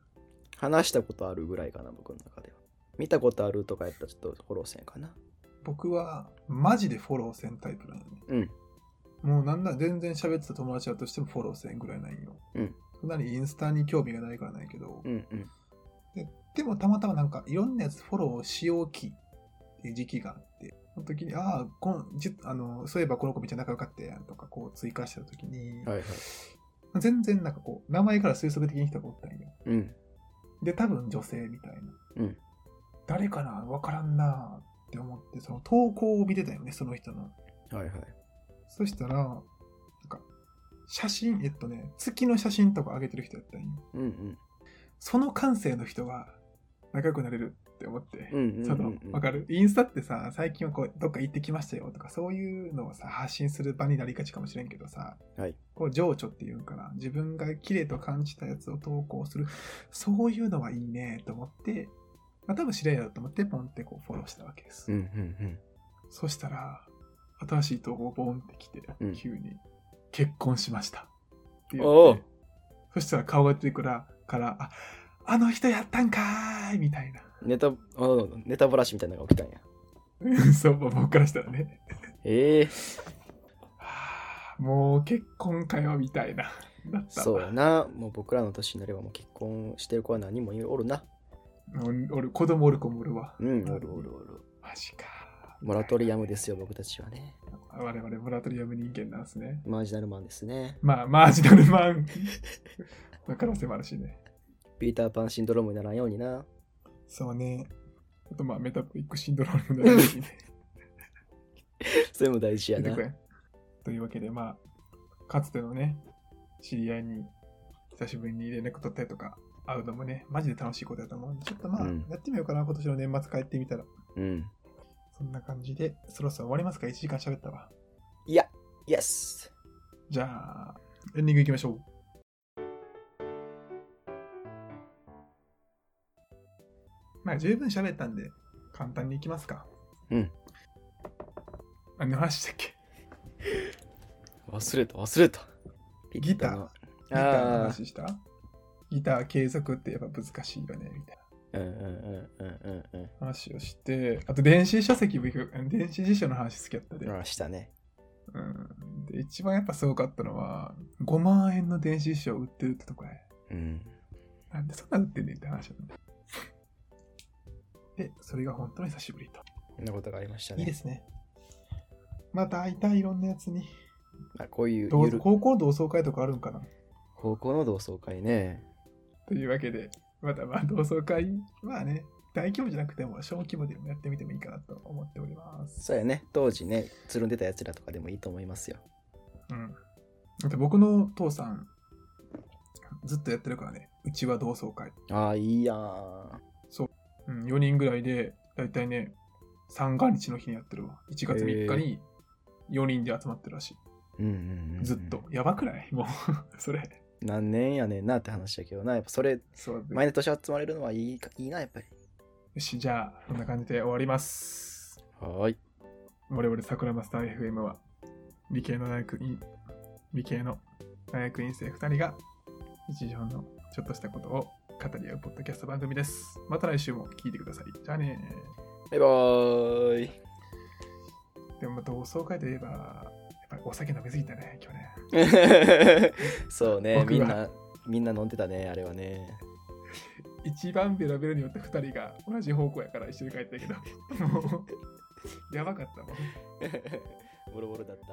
Speaker 2: 話したことあるぐらいかな僕の中では見たことあるとかやったらちょっとフォローせんかな
Speaker 1: 僕はマジでフォローせんタイプなのね。
Speaker 2: うん
Speaker 1: もうなんなら全然喋ってた友達だとしてもフォローせんぐらいなんよ。
Speaker 2: うん
Speaker 1: そんなにインスタに興味がないからないけど、
Speaker 2: うんうん
Speaker 1: でもたまたまなんかいろんなやつフォローしよう期っていう時期があって、その時に、ああ、こんじあのそういえばこの子めっちゃ仲良かったやんとかこう追加した時に、
Speaker 2: はいはい
Speaker 1: 全然なんかこう名前から推測的に人がおったんよ。
Speaker 2: うん
Speaker 1: で、多分女性みたいな。
Speaker 2: うん
Speaker 1: 誰かなわからんなって思って、その投稿を見てたよね、その人の。
Speaker 2: はいはい
Speaker 1: そしたら、なんか、写真、えっとね、月の写真とか上げてる人やったんよ。
Speaker 2: うんうん
Speaker 1: その感性の人が仲良くなれるって思って。
Speaker 2: うんうん
Speaker 1: そ
Speaker 2: うん
Speaker 1: の
Speaker 2: うん
Speaker 1: わかるインスタってさ最近はこうどっか行ってきましたよとかそういうのをさ発信する場になりがちかもしれんけどさ、
Speaker 2: はい
Speaker 1: こう情緒っていうから自分が綺麗と感じたやつを投稿するそういうのはいいねと思って、まあ、多分知り合いだと思ってポンってこうフォローしたわけです、
Speaker 2: うんうん
Speaker 1: そしたら新しい投稿ポンってきて、
Speaker 2: うん
Speaker 1: 急に「結婚しました」って言
Speaker 2: お
Speaker 1: っ
Speaker 2: う
Speaker 1: てそしたら顔が出てくらから「ああの人やったんかーい」みたいな
Speaker 2: うん。ネタ、あネタばらしみたいなのが起きたんや。
Speaker 1: そう僕からしたらね
Speaker 2: ええ
Speaker 1: はあもう結婚かよみたいな。 だった。
Speaker 2: そうやな。もう僕らの年になればもう結婚してる子は何もおるな。
Speaker 1: お俺、子供おる子もおるわ。
Speaker 2: うん、おるおるおる。
Speaker 1: マジか。
Speaker 2: モラトリアムですよ、僕たちはね。
Speaker 1: 我々、モラトリアム人間なんですね。
Speaker 2: マージナルマンですね。
Speaker 1: まあ、マージナルマンの可能性もあるしね。
Speaker 2: ピーターパンシンドロームにならんようにな。
Speaker 1: そうね。あと、まあ、メタボリックシンドロームの話 にね
Speaker 2: それも大事や
Speaker 1: 出て
Speaker 2: な
Speaker 1: こ。やというわけで、まあ、かつてのね、知り合いに久しぶりに連絡取ったりとか、会うのもね、マジで楽しいことやと思うんで、ちょっとまあ、
Speaker 2: うん
Speaker 1: やってみようかな、今年の年末帰ってみたら。
Speaker 2: うん。
Speaker 1: そんな感じで、そろそろ終わりますか ?1 時間喋ったわ。
Speaker 2: いや、イエス
Speaker 1: じゃあ、エンディングいきましょう。まあ、十分喋ったんで、簡単にいきますか。
Speaker 2: うん。
Speaker 1: 何の話したっけ
Speaker 2: 忘れた、忘れた。
Speaker 1: ギター
Speaker 2: の。
Speaker 1: ギターの
Speaker 2: ああ。
Speaker 1: 話したギター継続ってやっぱ難しいよね、みたいな
Speaker 2: うんうんうんうんうんう
Speaker 1: 話をして、あと電子書籍もいく、電子辞書の話好きやったで。
Speaker 2: ん。ああ、したね。
Speaker 1: うん。で、一番やっぱすごかったのは、5万円の電子辞書を売ってるってとこや。
Speaker 2: うん。
Speaker 1: なんでそんな打ってんねんって話だ ね。で、それが本当に久しぶりと。
Speaker 2: こんなことがありましたね。
Speaker 1: いいですね。まあ大体いろんなやつに。
Speaker 2: あこういう
Speaker 1: 同
Speaker 2: ゆる
Speaker 1: 高校の同窓会とかあるんかな
Speaker 2: 高校の同窓会ね。
Speaker 1: というわけで、またまあ同窓会はね、大規模じゃなくても小規模でもやってみてもいいかなと思っております。
Speaker 2: そうやね。当時ね、つるんでたやつらとかでもいいと思いますよ。
Speaker 1: うん。だって僕の父さん、ずっとやってるからね、うちは同窓会。
Speaker 2: ああ、いいやん。
Speaker 1: うん、4人ぐらいで、だいたいね、三が日の日にやってるわ。1月3日に4人で集まってるらしい。
Speaker 2: うんうん、うん。
Speaker 1: ずっと。。やばくないもう、 それ。
Speaker 2: 何年やねんなって話だけどな。やっぱそれ、
Speaker 1: そうで
Speaker 2: 毎年集まれるのはいいかいいな、やっぱり。
Speaker 1: よし、じゃあ、こんな感じで終わります。
Speaker 2: はーい。
Speaker 1: 我々桜マスター FM は、理系の大学院、理系の大学院生2人が、日常のちょっとしたことを語り合うポッドキャスト番組です。また来週も聞いてください。じゃあね
Speaker 2: バイバー イ。
Speaker 1: でも、同窓会といえば、やっぱりお酒飲みすぎたね、去年。
Speaker 2: そうね、
Speaker 1: 僕
Speaker 2: み
Speaker 1: が
Speaker 2: んな、みんな飲んでたね、あれはね。
Speaker 1: 一番ベラベラによって2人が同じ方向やから一緒に帰 ったけど、もう、やばかったもん。
Speaker 2: ボロボロだった。